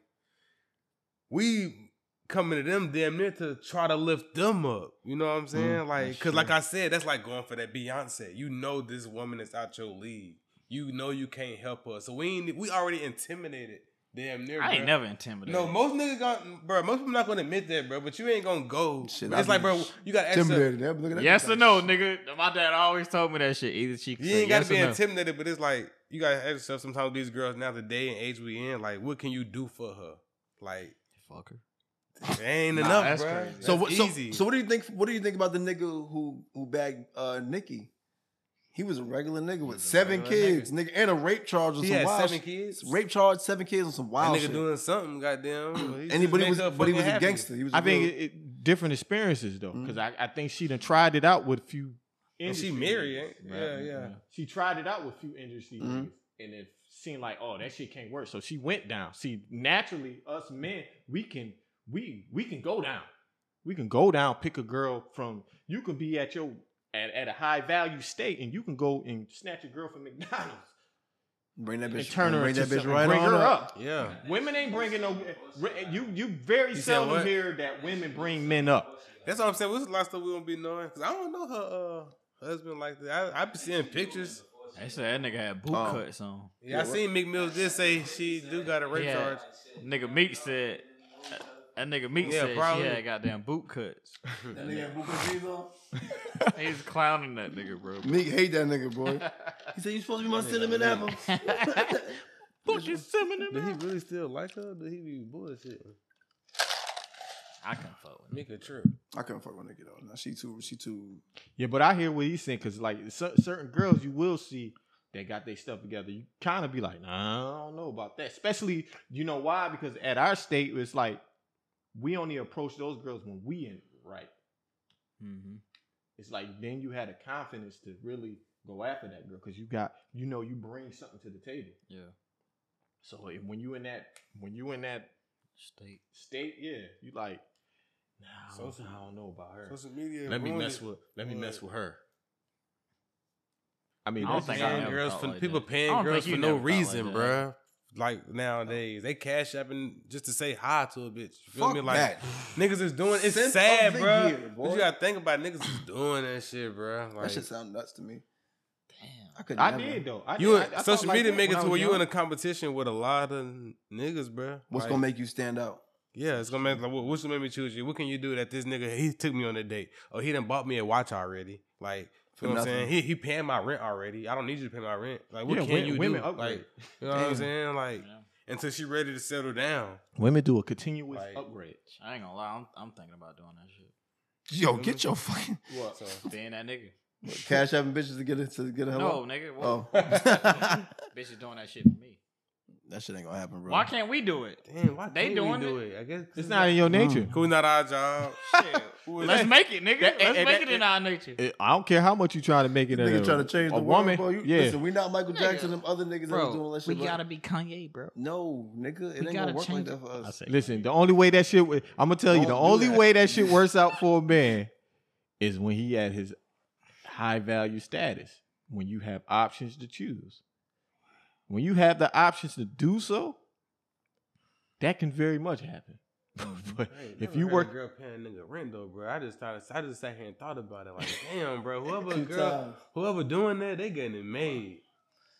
we coming to them damn near to try to lift them up. You know what I'm saying? like, cause like I said, that's like going for that Beyonce. You know, this woman is out your league. You know, you can't help her. So we ain't, we already intimidated. Damn near.
I ain't
bruh.
never intimidated.
No, most niggas gon' bro. Most people not gonna admit that, bro. But you ain't gonna go.
Shit,
But
I
it's like,
be
bro, you got extra.
Intimidated. Look at that.
Yes or no, nigga. My dad always told me that shit. Either she
You ain't gotta
yes
be
or no.
intimidated, but it's like you gotta ask yourself sometimes. These girls now, the day and age we in, like, what can you do for her? Like,
Fucker.
It ain't
Nah,
enough, that's bro. crazy.
So
So what?
That's
So,
easy.
so what do you think? What do you think about the nigga who who bagged uh, Nikki? He was a regular nigga with
was a
seven
regular
kids, nigga. and a rape charge on
He
some
had
wild
seven
shit.
kids.
rape charge, seven kids on some
That
wild
nigga
shit.
doing something, goddamn.
Anybody was, but he was a gangster. He was. a
I think
real- Mm-hmm.
it, it, different experiences though, because I, I think she done tried it out with a few.
And she
industry
married,
niggas.
ain't- yeah, yeah.
She tried it out with a few industry
Mhm.
niggas, and it seemed like, oh, that shit can't work. So she went down. See, naturally, us men, we can we we can go down. We can go down, pick a girl from. You can be at your at, at a high value state, and you can go and snatch a girl from McDonald's
bring that
and
bitch.
turn her
bring
into
that bitch
something,
right
bring
on
her
up.
up.
Yeah.
Women ain't bringing no. re- You you very
said
seldom
what?
hear that women bring men up.
That's what I'm saying. What's the last stuff we gonna be knowing? Cause I don't know her uh, husband like that. I, I be seeing pictures.
They said that nigga had boot
Oh.
cuts on.
Yeah, I seen Mick Mills did say she do got a rape
Yeah.
charge.
Nigga Meek said. That nigga Meek
Yeah,
said
probably.
she had goddamn boot cuts. He's clowning that nigga, bro.
Meek hate that nigga, boy. He said you supposed to be my cinnamon apple.
Put your cinnamon
Did he really still like her? Did he be bullshit?
I can fuck with
Make a trip.
I couldn't fuck with nigga though. Nah, she too. She too.
Yeah, but I hear what he's saying because like cer- certain girls you will see that got their stuff together. You kind of be like, nah, I don't know about that. Especially, you know why? Because at our state, it's like we only approach those girls when we in right.
him.
It's like then you had the confidence to really go after that girl because you got you know you bring something to the table.
Yeah.
So if- when you in that when you in that
State.
state, yeah, you like, nah, I don't-
Social-
I don't know about her.
Social media.
Let me
ruined
mess
it.
with. Let me mess with her.
I mean,
uh, I don't
that's
think
just-
I
Paying
ever
girls
thought
for
like
people
that. I
paying
don't
girls
think you
for no
never thought
reason,
like
bruh.
that.
Like nowadays, they cash apping just to say hi to a bitch. You feel
Fuck
me? Like
that.
niggas is doing. It's
Since
sad,
of the
bruh.
year,
But
boy.
you gotta think about it, niggas is doing that shit, bruh. Like,
That shit sound nuts to me. I
Damn.
could.
I
never.
did though. I
you
did. I- I
in-
thought
social
like
media
that
make it
when I
to where
was
you in
young.
a competition with a lot of n- niggas, bruh.
What's
Like,
gonna make you stand out?
Yeah, it's gonna make like, what- what's gonna make me choose you? What can you do that this nigga he took me on a date? Oh, he done bought me a watch already. Like,
For
you know what I'm
nothing.
saying? He he paying my rent already. I don't need you to pay my rent. Like, what
Yeah,
can
wo-
you
women
do?
upgrade.
Like, you know what I'm
Damn.
saying? Like,
Yeah.
until she ready to settle down.
Women do a continuous
Like-
upgrade.
I ain't gonna lie. I'm, I'm thinking about doing that shit.
Yo, get your fucking
What? So,
Being that nigga.
cash app and bitches to get it to get her.
No,
up.
nigga. What?
Oh.
Bitch is doing that shit for me.
That shit ain't gonna happen, bro.
Why can't we do it?
damn, why
They
can't
doing
we do it? I guess
It's not in your nature.
Who not our job?
Shit.
Who is-
Let's make it, nigga.
that-
Let's
that-
make
that-
it in our nature.
It- I don't care how much you trying to make it.
This
a-
nigga trying to change
a
the world,
woman.
bro. You,
yeah,
Listen, we not Michael
Nigga.
Jackson. Them other niggas that was doing all that shit.
we
bro.
gotta be Kanye, bro.
No, nigga, it
We
ain't
gotta
gonna work like
change
that for
I
us.
say,
listen. The only way that shit, I'm gonna tell you, the
Don't do
only
that.
way that shit works out for a man is when he at his high value status. When you have options to choose, when you have the options to do so, that can very much happen. but
I ain't
if
never
you
heard a
work,
girl paying nigga rent though, bro, I just thought I just sat here and thought about it. Like, damn, bro, whoever a girl, whoever doing that, they getting it made.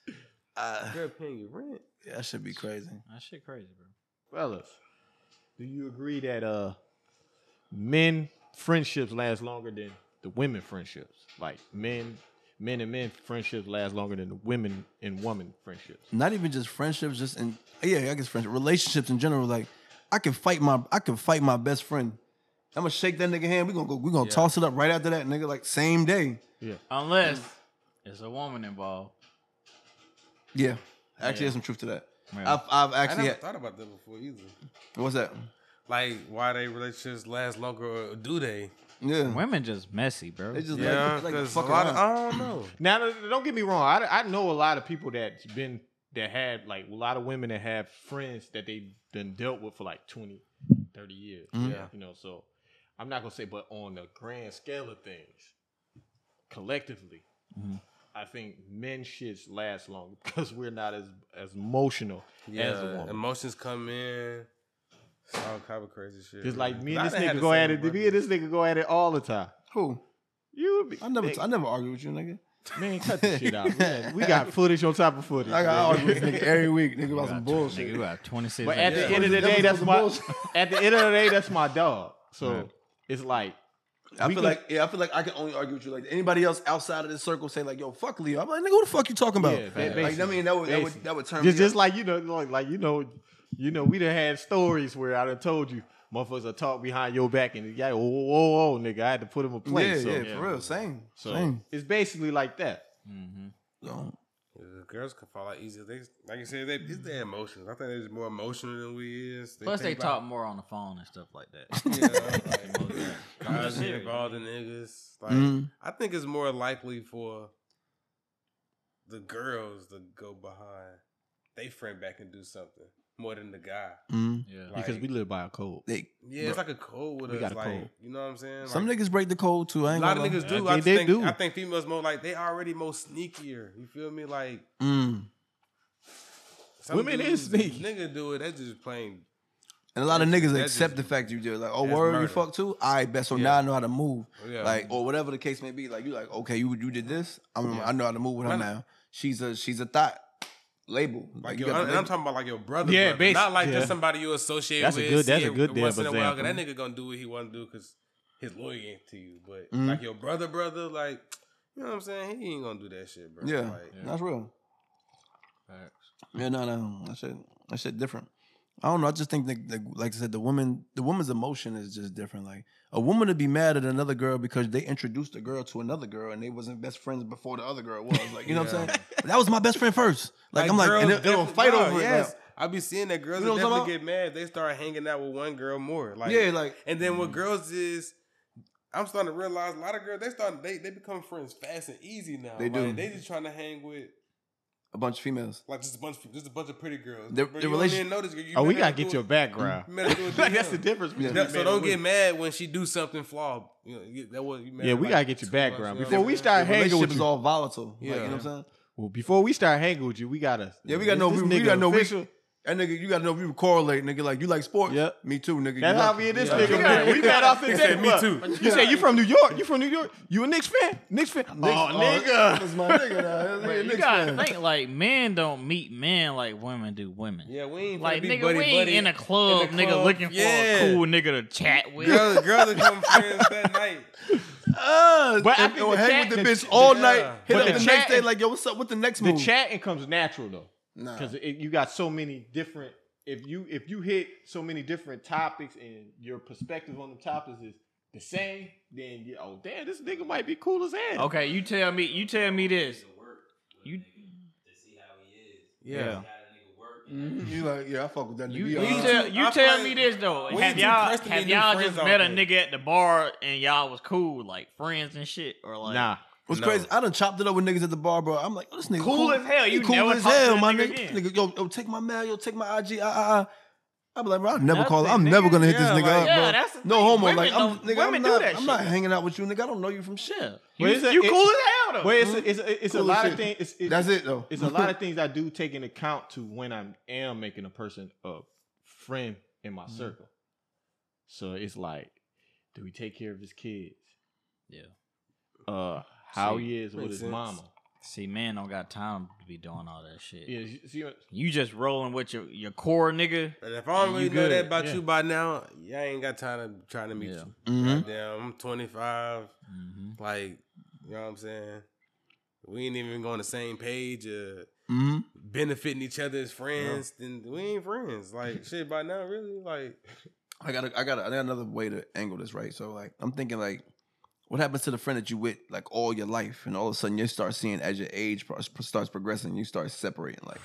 Uh,
Ah.
Girl paying your rent.
that should be crazy.
That shit crazy, bro.
fellas, do you agree that uh men friendships last longer than the women friendships? Like men men and men friendships last longer than the women and woman friendships.
Not even just friendships, just in yeah, I guess friendship, relationships in general. Like, I can fight my, I can fight my best friend. I'm gonna shake that nigga hand. We gonna go. We gonna toss it up right after that nigga. Like same day.
Unless there's a woman involved.
Yeah, actually, there's some truth to that. I've, I've
I
actually.
never
Had,
thought about that before either.
what's that?
Like, why they relationships last longer or do they?
Yeah,
Women just messy, bro.
they Hmm. just
Yeah,
like, like to
'cause
fuck
a lot
around.
of, I don't know.
Now don't don't get me wrong, I, I know a lot of people that's been that had like a lot of women that have friends that they done dealt with for like 20, 30 years.
Mhm.
Yeah. You know, so I'm not gonna say but on the grand scale of things, collectively,
Mm-hmm.
Mhm.
I think men shits last longer because we're not as as emotional as a
Yeah,
woman.
emotions come in. It's all kind of crazy shit.
It's like me
I
and this
done had
nigga
the
go at
same
it. Me and this nigga go at it all the time.
Who?
You would be,
I never,
Nigga,
I never argue with you, nigga.
man, cut this shit out. We got, we got footage on top of footage.
I got I argue with this
nigga.
nigga every week, nigga, about some bullshit.
Nigga, you have 26
But at the
episodes.
end of the
That
day,
was
that's
some
my.
bullshit.
At the end of the day, that's my dog. So
Right.
it's like
I
We
feel
can-
like yeah, I feel like I can only argue with you. Like anybody else outside of this circle say like, "Yo, fuck Leo." I'm like, "Nigga, who the fuck you talking about?"
Yeah, ba-
like I
basically,
mean, that would, that would
basically.
that would turn
just
me
just
up.
like you know like like you know You know, we done had stories where I done told you motherfuckers are talk behind your back and yeah, whoa, whoa, whoa, nigga, I had to put him in place. so
yeah, yeah, for real. Same.
so
Same.
it's basically like that.
Mm-hmm.
So,
The girls can fall out easier. They, like you said, they, it's their emotions. I think they're just more emotional than we is.
Plus, they
think
talk
about-
more on the phone and stuff like that.
Yeah, like,
I'm
guys
just
get
serious.
involved in niggas. Like,
Mm-hmm.
mhm.
I think it's more likely for the girls to go behind they friend back and do something more than the guy.
Mhm.
Yeah.
Like,
because we live by a code.
They,
yeah, it's like a code with
We
us.
got a
like,
code.
you know what I'm saying? Like,
some niggas break the code too. I
a
ain't
lot of
gonna lie.
niggas do.
I
I,
think
think,
they do.
I think females more like they already more sneakier. You feel me? Like
Mm.
some
Women is
dudes,
sneaky.
Nigga do it. That's just plain.
And a lot of
That's-
niggas
that's
accept the
just-
fact you do. it. Like, oh,
that's
word, you
murder.
fuck too. All right, bet. So
Yeah.
now I know how to move.
Yeah.
Like, or whatever the case may be. Like, you like, okay, you you did this. I'm, I know how to move with her
Right.
now. She's a she's a thought label.
Like
you
your,
got the
and I'm
label.
talking about like your brother,
Yeah,
yeah, brother.
basi-
not like
yeah.
just somebody you associate
That's a
with.
good-
see
that's a
it
good
once
damn
in a while. 'cause That
example.
nigga gonna do what he want to do because his lawyer ain't to you. But
Mm-hmm.
Mhm.
like your brother, brother, like you know what I'm saying, he ain't gonna do that shit, bro.
yeah,
like,
that's real.
Facts.
Yeah, no, no, that shit, that shit different. I don't know. I just think that, that, like I said, the woman, the woman's emotion is just different. Like a woman would be mad at another girl because they introduced the girl to another girl and they wasn't best friends before the other girl was. Like, you know what I'm
Yeah.
saying? That was my best friend first. Like, I'm like, and they, they don't
defi-
fight
nah,
over
yes.
it. like,
I be seeing that girls
You know
will
what I'm talking
definitely get mad. They start hanging out with one girl more. Like
yeah, like
and then what girls is. I'm starting to realize a lot of girls they start they, they become friends fast and easy now.
They do.
Like, they just trying to hang with
a bunch of females.
like just a bunch of, just a bunch of pretty girls.
The-
Bro,
the
you don't
relation-
even know this girl. You
oh, we
met her
gotta
through
get
a-
your background.
you met her through a
Like, that's
DM.
the difference.
Yeah.
Between
That-
men
so
and
don't
women.
get mad when she do something flawed. You know, you- that was you mad
Yeah,
at,
we
like,
gotta get your
two months,
background
you know
before
what
we
I'm
start
The
hanging
relationship
with
is
you.
all volatile. Like, you
Yeah.
know what I'm saying?
well, before we start hanging with you, we gotta.
Yeah, we gotta
is
know
this
we- we
nigga
gotta know we-
official?
And nigga, you gotta know if you correlate, nigga. Like you like sports.
Yep.
Me too, nigga.
That's
You
how
lucky.
we in this
Yeah.
nigga. Man. We met off the
He said,
day.
"Me
Look,
too."
You say you from New York? You from New York? You a Knicks fan? Knicks fan? oh, nigga.
That's my nigga. Now. That's
But you
Knicks
gotta
fan.
think like men don't meet men like women do women.
Yeah, we ain't
Like
like be
nigga,
buddy,
we ain't
buddy.
in a club,
in the
nigga,
club.
looking for
Yeah.
a cool nigga to chat with.
girls, girls become friends that night.
Uh,
But I
and
think
go
the
hang
chat-
with the,
the
bitch
ch-
all
yeah.
night. Hit
But
up
the
the,
chat-
next day, like yo, what's up? What's the next
The
move?
chatting comes natural though,
Nah.
because you got so many different. If you if you hit so many different topics and your perspective on the topics is the same, then you, oh damn, this nigga might be cool as hell.
Okay, you tell me. You tell me this. You
Yeah,
You like, yeah, I fuck with that.
you,
nigga.
you
Yeah.
tell you
I
tell
play-
me this though.
we
Have
too
y'all
pressed to be
have
new
y'all
friends
just
out
met a
here.
nigga at the bar and y'all was cool, like friends and shit, or like
nah,
What's
No.
crazy? I done chopped it up with niggas at the bar, bro. I'm like, oh, this nigga
Cool as hell.
He
You
cool
never
as
talk to
hell,
that
my
nigga
nigga.
again.
Nigga, yo, yo, take my mail, yo, take my IG. I, I, I. I be like, bro, I'll never
Nothing,
call. I'm never
nigga.
gonna hit
Yeah,
this nigga
like-
up,
Yeah,
bro.
that's the
no
thing.
homo.
Women
like, I'm,
don't-
nigga,
women
I'm
do
not,
that
I'm
shit.
not hanging out with you, nigga. I don't know you from shit.
yeah.
But
You,
it's a-
you
it-
cool as hell though.
but it's a, it's a, it's a
Cool
lot
as
of
shit.
things. It's, it's,
That's it though.
it's a lot of things I do take into account to when I am making a person a friend in my
Mm-hmm.
circle. So it's like, do we take care of his kids?
Yeah.
Uh, how
See,
he is with
makes
his
sense.
mama.
See, man, don't got time to be doing all that shit.
Yeah, you see, what-
You just rolling with your your core nigga.
and if I don't
You
really know
good,
that about
yeah.
you by now, yeah, I ain't got time to trying to meet
Yeah.
you.
Mhm.
Damn, I'm 25.
Mm-hmm.
Like, you know what I'm saying? We ain't even on the same page. Uh,
Mhm.
benefiting each other as friends. Then we ain't friends. Like shit by now, really. Like
I got I got I got another way to angle this, right? So like I'm thinking like what happens to the friend that you with like all your life and all of a sudden you start seeing as your age pro- starts progressing, you start separating like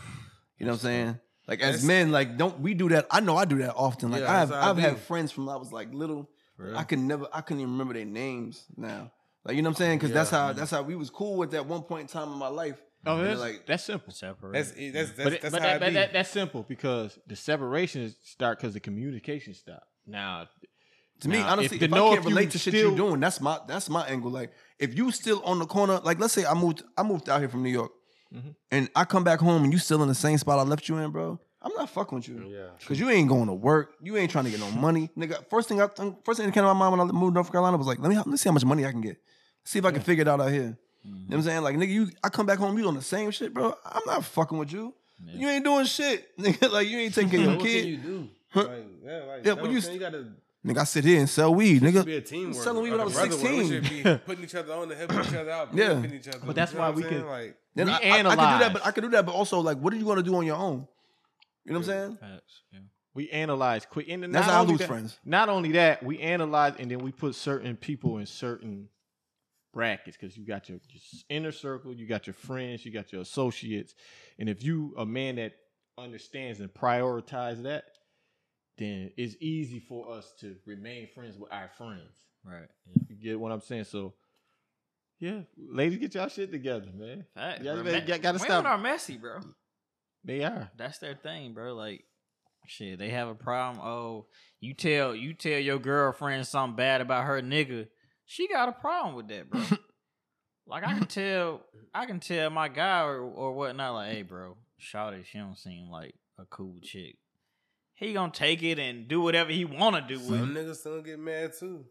you know what I'm saying? Like as
That's-
men, like don't we do that? I know I do that often. Like
Yeah,
I have
that's how I
I've had
do.
friends from I was like little. I can never I couldn't even remember their names now. Like you know what I'm saying? Cuz that's
Yeah.
how that's how we was cool at that one point in time in my life.
oh,
And
that's,
like-
that's simple.
Separate.
that's it- that's that's,
but it-
that's
but,
how
that,
it
but
be.
that, that's simple because the separations start because the communication stopped. Now,
To me,
Now,
honestly,
if
if,
to
I
know
can't
if you
relate to shit
still-
you're doing, that's my that's my angle. Like, if you still on the corner, like let's say I moved I moved out here from New York,
Mhm.
and I come back home and you still in the same spot I left you in, bro. I'm not fucking with you,
yeah.
cause you ain't going to work. You ain't trying to get no money, nigga. First thing I think- first thing that came to my mind when I moved to North Carolina was like, let me let me see how much money I can get, see if I can figure it out out here. You know what I'm saying? Like, nigga, you I come back home, you on the same shit, bro. I'm not fucking with you.
Yeah.
You ain't doing shit, nigga. Like you ain't taking care of your
What can you
kid,
do?
Huh?
Like, yeah, like,
Yeah,
yeah,
when
what
you
you,
st-
you gotta
nigga. I sit here and sell weed, nigga.
be a team.
selling weed when I was 16.
We should be putting each other on to help each other out.
Yeah.
benefiting each other.
But that's
You know
why
what
we
I'm saying?
can-
like
Then
We
I, I, I could do
analyze.
that, but I could do that, but also like, what are you gonna do on your own? You know what I'm saying?
Facts, yeah.
We analyze quick. And
That's
not
how I
only
lose
that-
friends.
Not only that, we analyze and then we put certain people in certain brackets because you got your, your inner circle, you got your friends, you got your associates, and if you a man that understands and prioritize that, then it's easy for us to remain friends with our friends.
Right. Yeah.
You get what I'm saying? So, yeah, ladies, get y'all shit together, man.
Facts.
Yeah,
bro.
man,
Ma-
you gotta
women
stop.
are messy, bro.
They are.
That's their thing, bro. Like, shit, they have a problem. Oh, you tell you tell your girlfriend something bad about her nigga, she got a problem with that, bro. like, I can tell, I can tell my guy or, or whatnot, like, hey, bro, Shawty, she don't seem like a cool chick. He gonna take it and do whatever he wanna do with.
Some
it.
niggas still get mad too.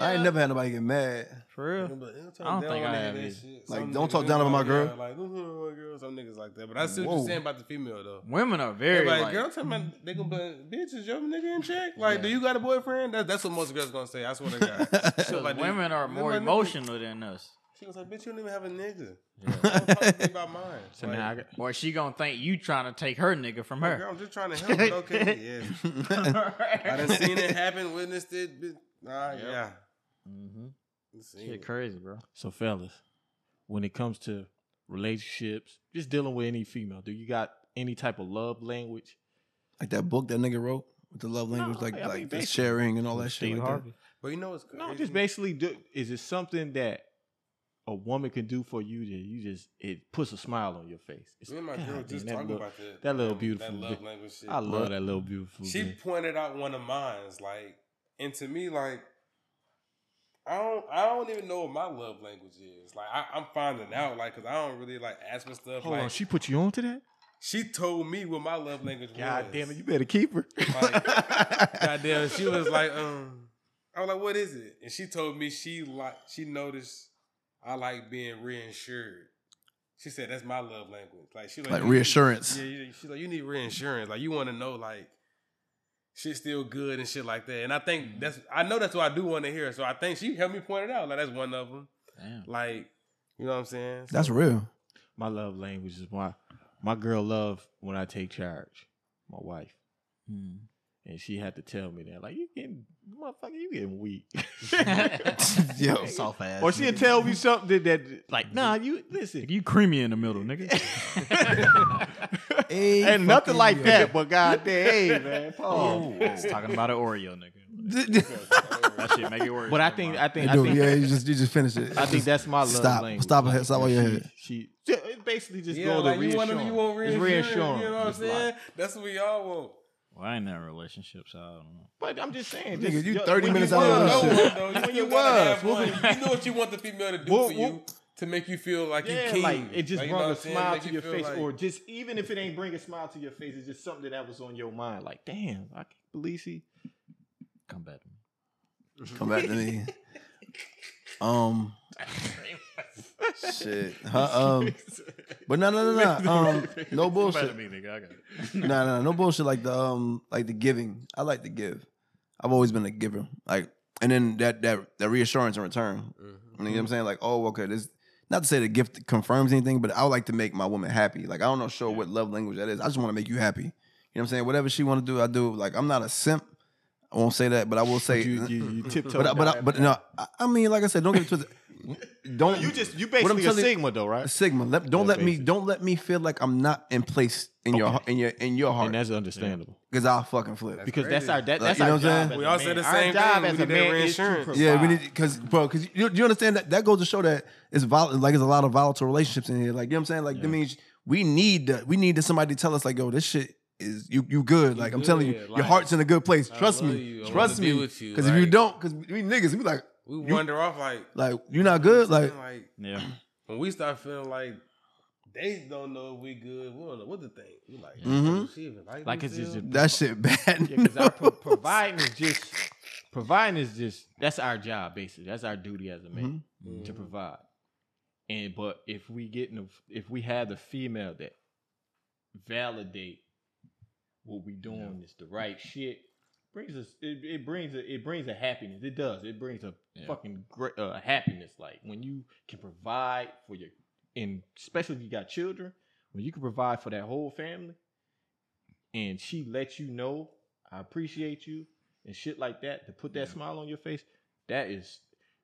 I ain't
Yeah,
never had nobody get mad.
for real.
But they talk
I don't
down
think
on
I
niggas
have
that
either.
shit.
Like,
Some
don't
niggas,
talk
they
down about my
like,
girl.
yeah, Like, "Don't talk about my girl. Some niggas like that. But I see what
Whoa.
you're saying about the female though.
Women are
Yeah,
very
like,
like,
girl, tell me, they gonna be like, bitch, is your nigga in check? Like, do you got a boyfriend? That, that's what most girls gonna say. I swear to God.
because
like, dude,
women are
they
more
like, nigga-
emotional than us.
She was like, bitch, you don't even have a nigga.
Yeah.
Don't talk to me about mine.
So
Like,
now I got.
or she gonna think you trying to take her nigga from
like,
her.
girl, I'm just trying to help. But okay, yeah. I done seen it happen, witnessed it. Bitch. Nah, yeah.
mm-hmm.
Seen
Shit
it.
crazy, bro.
So, fellas, when it comes to relationships, just dealing with any female, do you got any type of love language?
Like that book that nigga wrote with the love language,
No,
like
I mean,
like the
basically.
sharing and all that shit.
Steve
like that.
Harvey.
But you know what's crazy?
No, just basically, do, is it something that a woman can do for you that you just it puts a smile on your face? It's,
Me and my
God
girl
damn,
just
that
talking
look-
about that.
that little
um,
beautiful
That love
bitch.
language shit.
I love that little beautiful.
She
bitch.
pointed out one of mine's, like, and to me, like, I don't, I don't even know what my love language is. Like, I, I'm finding out, like, cause I don't really like ask for stuff.
Hold
like,
on, she put you on to that?
She told me what my love language was.
God damn it, you better keep her.
Like, goddamn, she was like, um, I was like, what is it? And she told me she like she noticed I like being reinsured. She said that's my love language. Like she like,
Like
you-
reassurance.
Yeah, you- she's like, you need reinsurance. Like you want to know like shit's still good and shit like that. And I
Mm-hmm.
think that's I know that's what I do want to hear. So I think she helped me point it out. Like that's one of them.
Damn.
Like you know what I'm saying? So,
That's real.
my love language is my my girl love when I take charge. My wife.
Hmm.
And she had to tell me that. Like, you getting motherfucker, you getting weak.
Yo,
soft ass.
or she'll tell me something that like, nah, you listen.
you creamy in the middle, nigga.
and nothing like that, but God damn, hey, man. Paul.
talking about an Oreo, nigga.
that.
That shit make it worse.
But I think I think I think
yeah, you just you just finish it.
I think that's my love
Stop.
language.
Stop it. Stop
when
while you're
she-
ahead.
She, she it's basically just
yeah,
going
like
to
you want
reassurance.
to you
It's
want reinsurance.
reassurance.
You know what I'm
It's like-
saying? That's what we all want.
well, I ain't in a relationship, so I don't know.
But I'm just saying,
Nigga,
just,
you
yo,
30
when
minutes
you
out of
was-
that shit.
When you
you was,
was, you
what
you know what you want the female to do
What-
for
what-
you to make you feel like you
Yeah,
king.
like it just
Like, you know
brought a
what I'm saying?
smile
Make
to
you
your
feel
face,
like-
or just even if it ain't bring a smile to your face, it's just something that was on your mind. Like, damn, I can't believe she.
Come back to me.
Come back to me. Um. Shit. Huh, um. But no, no, no, no. Um. No bullshit.
me, nigga. I got it.
No, no, no, no bullshit. Like the um, like the giving. I like to give. I've always been a giver. Like, and then that that that reassurance in return. You
Mm-hmm.
know what I'm saying? Like, oh, okay, this. Not to say the gift confirms anything, but I would like to make my woman happy. Like, I don't know sure what love language that is. I just want to make you happy. You know what I'm saying? Whatever she want to do, I do. Like, I'm not a simp. I won't say that, but I will say.
you, you, you tiptoe.
uh, but I, but I, but no, I, I mean, like I said, don't get it twisted. Don't
you just you
What I'm
basically a
telling you-
sigma though, right?
Sigma. Let, don't
Yeah,
let me
basic.
don't let me feel like I'm not in place in your heart- in your in your
And
heart
that's understandable
because I'll fucking flip.
because that's our that,
Like,
that's
you know
our
what I'm
job.
saying?
as
We
a
all said
man.
the
Our
same
job
thing. We
as a
need that
man is to
reinsurance.
Yeah, we
provide.
need because bro, because you, you understand that that goes to show that it's vol- like it's a lot of volatile relationships in here. Like you know what I'm saying? Like that means we need that we need that somebody to tell us like yo this shit is you you good. Like I'm telling you,
good,
your
like,
heart's in a good place. Trust me,
love you. I wanna
trust
be
me.
with you,
Because if you
like-
don't, because we niggas, we like
We wander off like
like you're not good. Like
like,
Yeah.
when we start feeling like they don't know if we good. We don't know what to think. We like,
Mhm.
Mm-hmm.
"Fuck, she even like,
Like
me
it's just
still?"
a-
that shit bad.
Yeah, because our pro-
news.
providing is just providing is just that's our job basically. That's our duty as a man
Mm-hmm.
to provide. And but if we get in the, if we have the female that validate what we doing is the right shit, brings us it, it brings a it brings a happiness. It does. It brings a
Yeah.
fucking great uh, happiness. Like when you can provide for your and especially if you got children, when you can provide for that whole family and she lets you know I appreciate you and shit like that to put that smile on your face, that is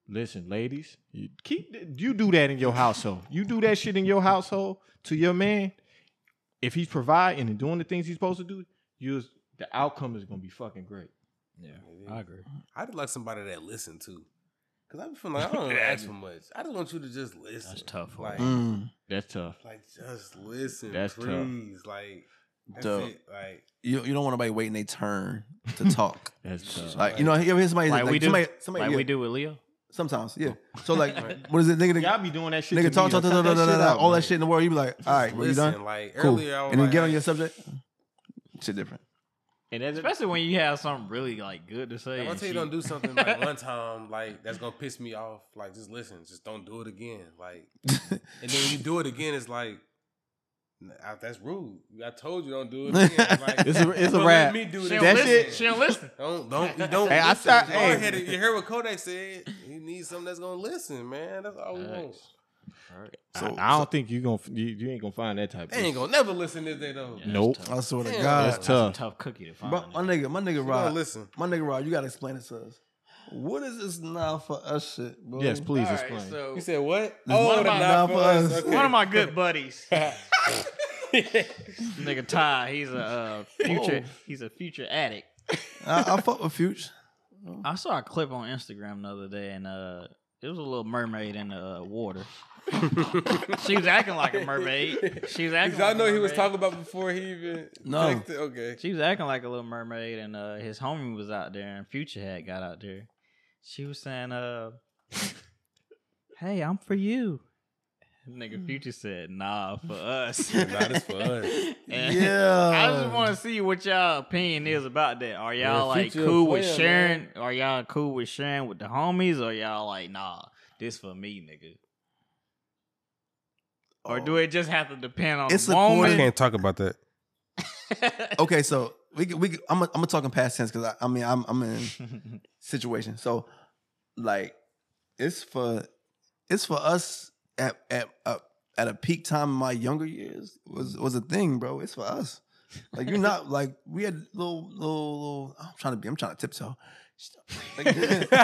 listen, ladies, you keep you do that in your household. You do that shit in your household to your man. If he's providing and doing the things he's supposed to do, you the outcome is gonna be fucking great.
Yeah,
It
I
is.
agree.
I just like somebody that listen too. Cause I be feeling like I don't ask for much. I just want you to just listen.
That's tough.
Like,
Mm-hmm.
Mm.
That's tough.
like just listen,
That's tough.
please. Like that's
Dope.
it. Like
You, you don't want nobody waiting their turn to talk.
That's tough.
like you know, you ever hear somebody
Like
like,
we do.
somebody, somebody
Like
yeah,
we do with Leo.
sometimes, yeah. So like, what is it, nigga?
Y'all be doing that shit. to
Nigga, talk,
me.
talk,
Cut
talk, talk,
that
talk,
shit
talk,
out,
all
man.
that shit in the world. You be like, all right, bro, you
listen.
done?
Like
Cool.
earlier, I was
And then
like,
get on
hey,
your subject. Shit different.
And that's
Especially when you have something really like good to say.
If I
and
tell you
she-
don't do something like one time, like that's gonna piss me off. Like just listen, just don't do it again. Like, and then when you do it again, it's like "Nah, I- that's rude. I told you don't do it again. It's Like,
It's a- it's a
"You gonna let
wrap.
Me do this
she don't
That
again."
listen.
shit-
She don't listen.
Don't don't you don't.
Hey, I
listen.
start-
You hard-headed.
hey.
You heard what Kodak said. You need something that's gonna listen, man. That's all we want.
Facts. Alright.
So-
I, I don't think you gonna you, you ain't gonna find that type.
They ain't gonna never listen this day though.
Yeah,
You
that's
Nope.
tough.
I swear to
Damn,
God.
That's
That's a
tough.
tough cookie to find.
Bro, my nigga, my nigga
gonna
Rod,
listen.
my nigga Rod, you gotta explain it to us. What is this now for us shit, bro?
Yes, please
Alright,
explain.
so
You said what?
This one
the
of my-
not
not
for
for
us.
us.
Okay.
one of my good buddies, nigga Ty, he's a uh, future. He's a future addict.
I, I fuck with Future.
I saw a clip on Instagram the other day, and uh, it was a little mermaid in the uh, water. she was acting like a mermaid. She was acting.
Y'all
like a
know he was
mermaid.
talking about before he even
No.
clicked it? Okay.
She was acting like a little mermaid, and uh, his homie was out there, and Future had got out there. She was saying, "Uh, hey, I'm for you."
Hmm.
Nigga, Future said, "Nah, for us."
Nah, this for us.
And
yeah.
I just want to see what y'all opinion is about that. Are
Yeah,
y'all like
Future a
cool with
player,
sharing? Are y'all cool with sharing with the homies? Or y'all like, nah, this for me, nigga? Or do it just have to depend on
Oh. It's
the
a quarter-
moment?
I can't
talk about that.
Okay, so we could- we could- I'm i I'm a talking past tense because I, I mean I'm I'm in situation. So like it's for it's for us at at uh, at a peak time in my younger years was was a thing, bro. It's for us. Like you're not like we had little little little. I'm trying to be. I'm trying to tiptoe. Like,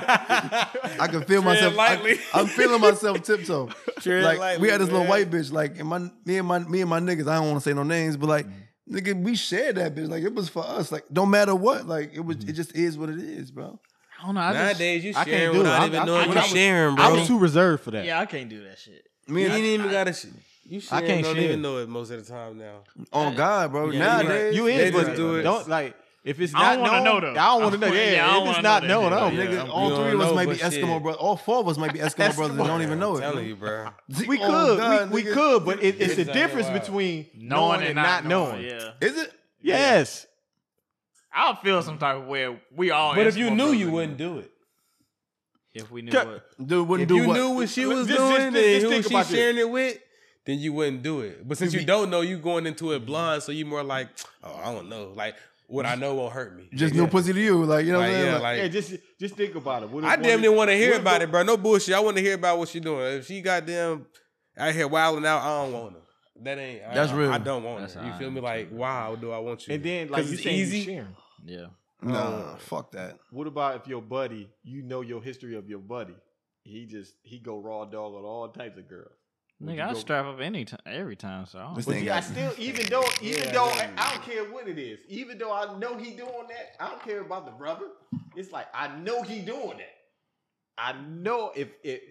I can feel myself.
lightly.
I, am feeling myself tiptoe.
Tread
Like
lightly,
we had this little
man.
white bitch. Like and my me and my me and my niggas. I don't want to say no names, but
Mm.
like nigga, we shared that bitch. Like it was for us. Like don't matter what. Like it was.
Mm.
It just is what it is, bro.
I don't know. I just,
Nowadays, you
I can't
sharing
do it.
without
I-
even
I-
knowing
I-
you're
I-
sharing, bro.
I was too reserved for that.
yeah, I can't do that shit.
Me
you
and
didn't even gotta. Sh- you
I
sharing,
can't
don't
share.
even know it most of the time now.
on Oh, God, bro.
Yeah,
Nowadays,
You
They
is,
just
but
do it.
don't like if it's
I
not
don't
known.
wanna know, though.
I don't want to know. Yeah,
Yeah, I don't
if it's
wanna
not
know that
known, I
shit, though.
don't.
Nigga,
Yeah, I'm-
all
you
three
don't
of us
know,
might be
but shit.
Eskimo brothers. All four of us might be Eskimo brothers and don't even know
I'm
it.
telling you, bro.
We
Oh,
could,
God,
we, we
nigga.
could, but it, it's the
Exactly.
difference
Wow.
between
Knowing, and not knowing. Yeah.
Is it?
Yes,
I'll feel some type of way. We all.
But if you knew,
Eskimo brothers.
you wouldn't do it.
If we knew
Cut.
what.
Dude wouldn't
If
do
you
what?
knew what she was
Just- just-
doing
just- just
and
think
who
about
she
this.
sharing it with, then you wouldn't do it. But since you don't know, you going into it blind, so you more like, oh, I don't know. Like what I know won't hurt me.
just
Yeah.
new pussy to you, like you know
Like,
what I'm saying?
yeah,
Like,
like,
yeah. Just just think about it. What
I
if-
damn near want to hear
what if-
about it, bro. No bullshit. I want to hear about what she doing. If she goddamn out here wilding out, I don't want her. That ain't. I-
That's
I,
real.
I don't want
That's
her. You
how
feel
I
me?
am,
Like,
too.
wow, do I want you?
And then like
'Cause
you
it's
saying
easy.
you sharing.
Yeah.
nah, fuck that.
What about if your buddy, you know your history of your buddy, he just he go raw dog on all types of girls. Would you
Nigga, I
go-
strap up any time, every time. So I don't
This
But
nigga
see, I
got-
still, even though, even
Yeah,
though
yeah.
I don't care what it is, even though I know he doing that, I don't care about the brother. It's like I know he doing that. I know if it,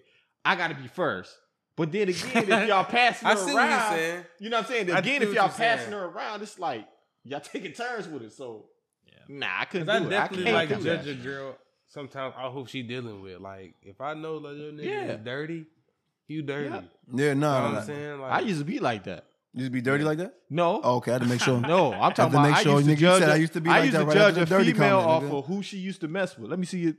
I got to be first. But then again, if y'all passing her
I see what
around,
you're saying.
you know what I'm saying.
I
Again,
see
if
what
y'all
you're saying.
passing her around, it's like y'all taking turns with it. So,
Yeah.
nah, I couldn't.
'Cause
Do
I
it.
definitely
can't
like
do that.
judge a girl sometimes off who she dealing with. Like, if I know like your nigga
Yeah.
is dirty, you dirty.
Yeah.
You know
Yeah,
what
nah, nah,
I'm
nah.
saying? Like,
I used to be like that.
You just be dirty like that?
No,
Oh, okay, I had to make sure.
No, I'm talking
to
about.
make
I
sure,
used to
nigga, you
judge.
said
a-
I used to be
I
like
used
that
to
right
judge
after
a
the dirty
female off
comment, nigga.
of who she used to mess with. Let me see it.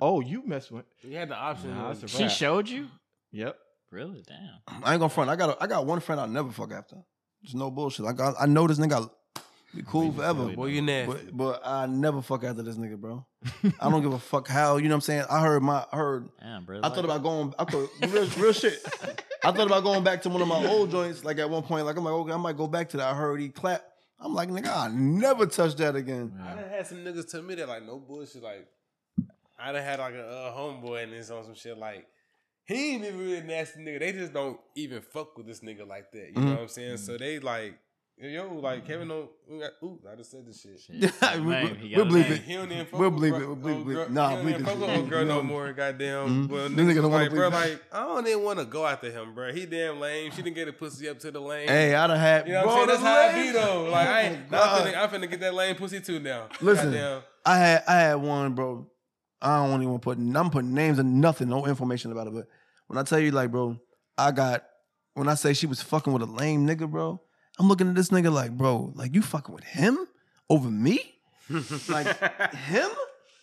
Oh, you mess with.
you had the option.
Nah,
of-
that's a
She
Right.
showed you?
Yep.
Really? Damn.
I ain't gonna front. I got a, I got one friend I never fuck after. There's no bullshit. Like I, I know this nigga. I- Be cool forever.
Boy, you nasty.
But but I never fuck after this nigga, bro. I don't give a fuck how. You know what I'm saying? I heard my I heard
Damn, bro.
I thought about going. I thought real, real shit. I thought about going back to one of my old joints. Like at one point, like I'm like, okay, I might go back to that. I heard he clap. I'm like, nigga, I never touch that again.
I done had some niggas tell me that like no bullshit. Like I done had like a uh, homeboy and this on some shit like he ain't even really a nasty nigga. They just don't even fuck with this nigga like that.
Mm-hmm.
You know what I'm saying? So they like yo like Kevin don't. we got- Ooh, I just said this shit.
Yeah, we-
Name,
we-
he got
we
a
believe
name.
it.
He don't even fuck
We'll
with
believe
bro-
it, we'll believe
old
it.
girl-
Nah,
he don't
we
even
just-
fuck with old girl no more. Goddamn,
Mhm.
well,
Them niggas
niggas
don't
was
wanna
like,
be
bro,
nice.
like I don't even want to go after him, bro. He damn lame. She didn't get a pussy up to the lane.
Hey, I'd have had.
You know
Bro,
what I'm saying?
the
That's how I
lame-
be though. Like I,
Oh,
ain't- now
God.
I'm, finna, I'm finna get that lame pussy too now.
Listen.
Goddamn.
I had I had one, bro. I don't even put I'm putting names and nothing, no information about it. But when I tell you, like, bro, I got when I say she was fucking with a lame nigga, bro. I'm looking at this nigga like, bro, like you fucking with him over me, like him.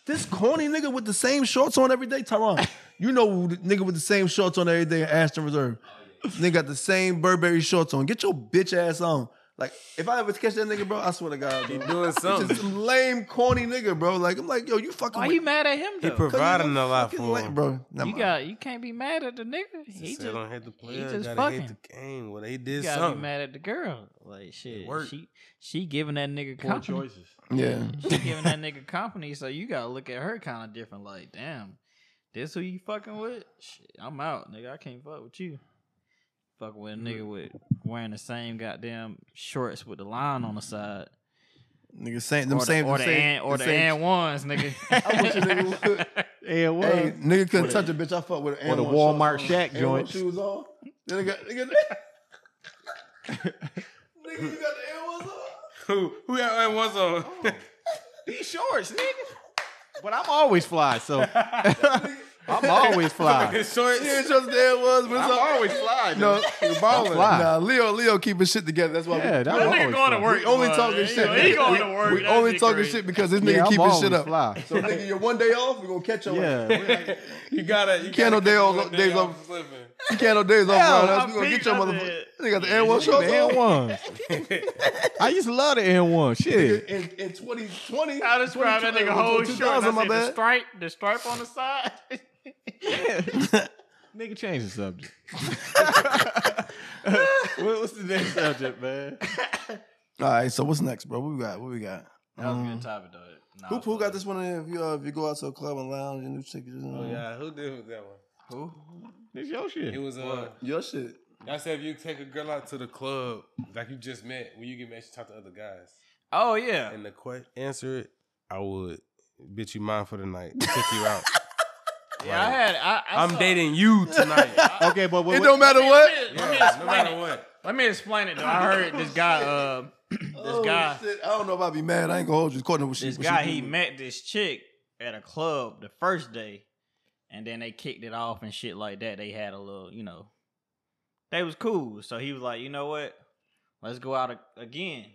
This corny nigga with the same shorts on every day, Tyron. You know, the nigga with the same shorts on every day, at Ashton Reserve. Nigga got the same Burberry shorts on. Get your bitch ass on. Like, if I ever catch that nigga, bro, I swear to God, bro.
He doing
It's
something.
just some lame, corny nigga, bro. Like I'm like, yo, you fucking.
Why
with-
you mad at him
He
though?
pro-
'cause you
providing a lot
fucking
for
lame,
him.
bro? Never
you
mind.
got you can't be mad at the nigga. He
Just
just
said, don't hate the player.
just
gotta hate
fucking.
the game. Well, they
you
did
gotta
something.
be mad at the girl. Like shit,
worked.
she she giving that nigga
Poor
company.
choices.
yeah.
She giving that nigga company, so you gotta look at her kind of different. Like, damn, this who you fucking with? Shit, I'm out, nigga. I can't fuck with you. Fucking with a nigga with wearing the same goddamn shorts with the line on the side,
Nigga, same them
or the,
same
or
them
the,
same,
and, or
them
the
same-
and ones, nigga.
I wish a nigga would.
Yeah, well,
Hey, nigga couldn't touch a bitch. I fuck with an
Or the
and one
Walmart
shorts on,
Shack
and one
joints.
Shoes on. Then nigga, nigga, nigga, you got the and ones on.
Who who that was on?
these shorts, nigga. But I'm always fly, so I'm always fly.
His shorts.
You didn't trust the and ones, but it's
I'm
all-
always fly.
no,
No,
nigga balling.
fly.
Nah, Leo, Leo keeping shit together. That's why. we-
yeah, that
That
was
nigga
always
going to
fly.
work.
we only
but,
talking
you
shit.
know, He
nigga.
going
we,
to work.
We
that
only
shit
talking
crazy.
shit because this nigga
Yeah, I'm
keeping
always
shit up.
fly.
So nigga, you're one day off. We gonna catch your ass.
Yeah,
You gotta. You
Can't
gotta
no day
catch
off-
one
days
off
off.
for slipping.
You can't no days off around
Hell,
us.
I'm
We gonna get
peaked
your
up
motherfucker.
there.
They got the N one
the
shorts
N
on.
ones. I used to love the N one. Shit,
In, in 2020,
I described that
2020,
nigga whole
2000,
shirt. and I
my
said, the
bad.
stripe, the stripe on the side.
nigga, change the subject. what, what's the next subject, man?
All right, so what's next, bro? What we got? What we got?
That was a
Um,
good topic though. Nah,
Who who
fuck
got
it.
this one? In? If you uh, if you go out to a club and lounge, your new chick is
Oh yeah, who did with that one?
Who?
It's your
It
shit.
was uh.
Your shit.
I said if you take a girl out to the club like you just met, when you get mad, she talk to other guys.
Oh yeah.
And the question answer it, I would. Bitch, you mine for the night. Took you out.
Yeah, I
Like,
had. I, I
I'm
saw-
dating you tonight.
Okay, but what,
It don't matter what.
Let me,
Yeah,
let me
no
explain
matter
it.
what.
Let me explain it. Though. I heard this guy. Uh, this guy.
Oh, Shit. I don't know if I'd be mad. I ain't gonna hold you. Courtney, what she,
This
what
guy.
she do.
He met this chick at a club the first day, and then they kicked it off and shit like that. They had a little, you know, they was cool. So he was like, you know what? Let's go out a- again.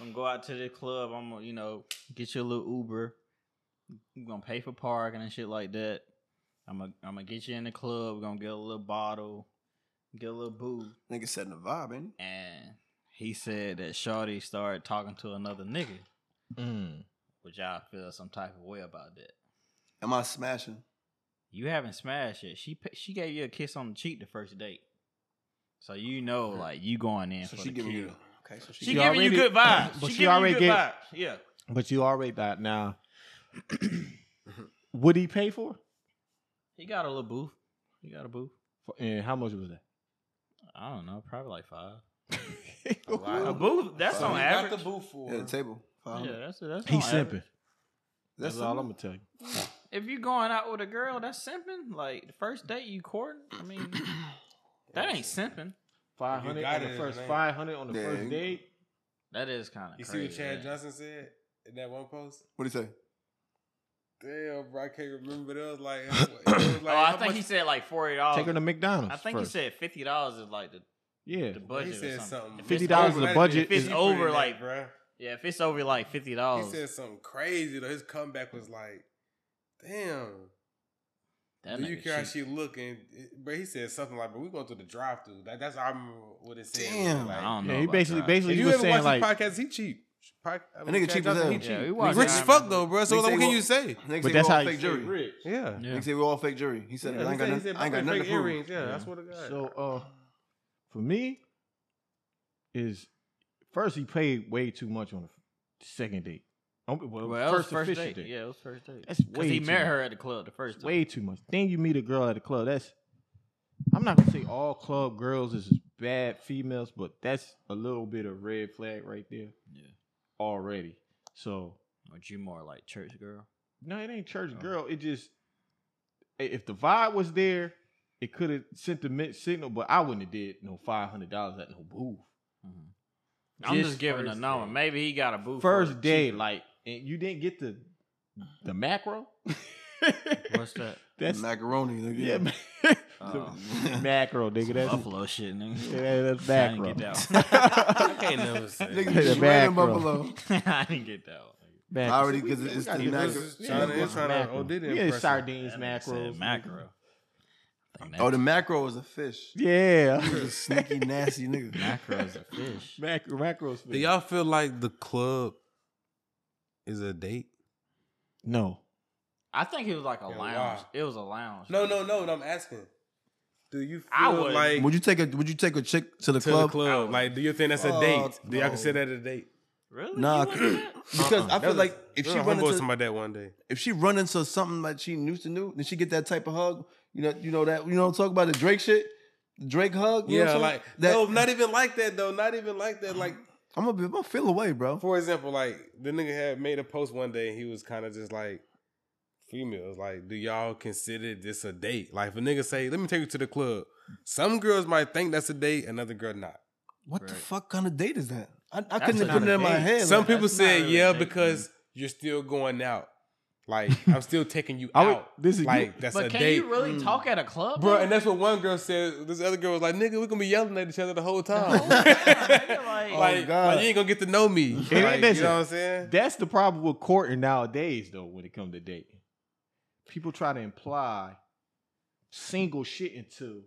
I'm gonna go out to the club. I'm gonna, you know, get you a little Uber. I'm gonna pay for parking and shit like that. I'm gonna, I'm gonna get you in the club. We're gonna get a little bottle, get a little booze.
Nigga setting the vibe, ain't
and he said that Shawty started talking to another nigga,
Mm.
which I feel some type of way about that.
he? Am I smashing?
You haven't smashed yet. She pa- she gave you a kiss on the cheek the first date, so you know like you going in
so
for
she
the
giving
kill.
you. Okay, so she.
She,
She
giving
already-
you good vibes.
but
she,
she
giving
already
you good
gave-
vibes. Yeah.
But you already got now. Would he pay for? it?
He got a little booth. He got a booth.
For- And how much was that?
I don't know, probably like five.
A lot.
A booth. That's
So
on
you
average.
Got the booth for.
Yeah, the table.
yeah,
Five hundred.
that's that's.
He
on
simping.
average.
That's, all I'm gonna tell you.
If you going out with a girl, that's simping. Like the first date you courting. I mean, that ain't simping.
Five hundred
got
on the
it,
first.
it ain't.
Five hundred on the
Yeah.
first date.
That is kind of
You see
crazy.
what Chad
yeah.
Johnson said in that one post?
What do you say?
Damn, bro, I can't remember. But it was like, it was like
oh, I
how
think
much-
he said like forty dollars.
Take her to McDonald's.
I think
first.
he said fifty dollars is like the,
Yeah.
the
he
budget. or
said
something.
something.
If it's
$50
over-
the budget
is over, like-
bro.
Yeah, if it's over like fifty dollars,
He said something crazy though. His comeback was like, "Damn,
that
do you
nigga
care how
cheap.
she looking?" But he said something like, "But we going through the drive through." Like, that's I remember what it said.
Damn.
like,
I don't know.
Yeah, he
about
basically
that.
basically
If
he
you
was
ever
saying
watch
like
his podcast, he cheap. Pod- I
That nigga
Chad
cheap as
Johnson,
hell.
he
Yeah, we
cheap.
watched
rich
it.
as fuck though, bro. So
They say
like, what can
what-
you
Nigga
say?
But
say
that's
we all
how you
fake
stay
jury.
rich.
Yeah.
Yeah.
Nigga say we all fake jury. He said
Yeah,
I ain't
he
got
said- he
nothing.
said
I ain't got
fake
nothing to prove.
uh,
earrings. Yeah,
Yeah.
I swear to God.
So uh for me is First, he paid way too much on the second date. Um, Well,
Well,
first,
first, first
official
date.
date.
Yeah, it was first date.
That's
Because
way
he
too
met
much.
her at the club the first
It's
time.
way too much. Then you meet a girl at the club. That's I'm not gonna say all club girls is bad females, but that's a little bit of red flag right there.
Yeah.
Already. So
But you more like church girl.
no, it ain't church
Oh.
girl. It just i- if the vibe was there, it could have sent the mixed signal, but I wouldn't have did no five hundred dollars at no booth.
Mm-hmm. I'm
Just
just, giving a
first
number.
date.
Maybe he got a booth.
First day, like and you didn't get the the macro.
What's that?
that's
macaroni. Nigga.
yeah, man.
Oh.
macro, nigga. That's
Buffalo shit, nigga.
Yeah, that's
I didn't
macro.
get that
I can't never say.
Nigga,
The
just ran him
macro.
buffalo.
one. I didn't get that one.
Macro.
Already,
See, we-
'cause
we
it's
gotta
the
get
macro-
those-
China
yeah,
is trying to-
macro.
oh, they didn't
Yeah,
press it.
sardines,
That nigga
macro,
said Macro. I think
Oh, the
that's-
macro is a fish.
Yeah,
He was a sneaky, nasty nigga.
macro is a fish.
macro, macros.
Do y'all feel like the club is a date?
No,
I think it was like a
Yeah,
lounge.
why?
It was a lounge.
No, no, no. no, I'm asking. Do you feel
I would.
like
Would you take a Would you take a chick to the
to
club?
the club? Like, do you think that's a date?
Fuck
Do y'all
no.
consider that a date?
Really?
Nah,
You went to that?
Because I feel like if she run
was
into
somebody that one day,
if she run into something like she used to do, then she get that type of hug. You know, you know that you know talk about the Drake shit, Drake hug. You know
yeah,
what I'm
like
saying? that.
no, not even like that though. Not even like that. Like
I'm gonna be, I'm gonna feel away, bro.
for example, like the nigga had made a post one day. and He was kind of just like females. Like, do y'all consider this a date? Like, if a nigga say, "Let me take you to the club," some girls might think that's a date, another girl not.
What the
Right.
fuck kind of date is that? I, I
That's
couldn't have
not
put it
a
in my
date.
head.
some
like,
people
that's not
said,
really a
"Yeah,"
date,
because you're still going out. Like, I'm still taking you
I would-
out.
this is-
like that's
But
a
can
date.
you really
Mm.
talk at a club,
Bro,
though?
and that's what one girl said. This other girl was like, "Nigga, we gonna be yelling at each other the whole time.
whole time, nigga, like-
like,
Oh,
like,
God.
you ain't gonna get to know me. Like, you know
listen.
what I'm saying?
that's the problem with courting nowadays, though. When it comes to dating, people try to imply single shit into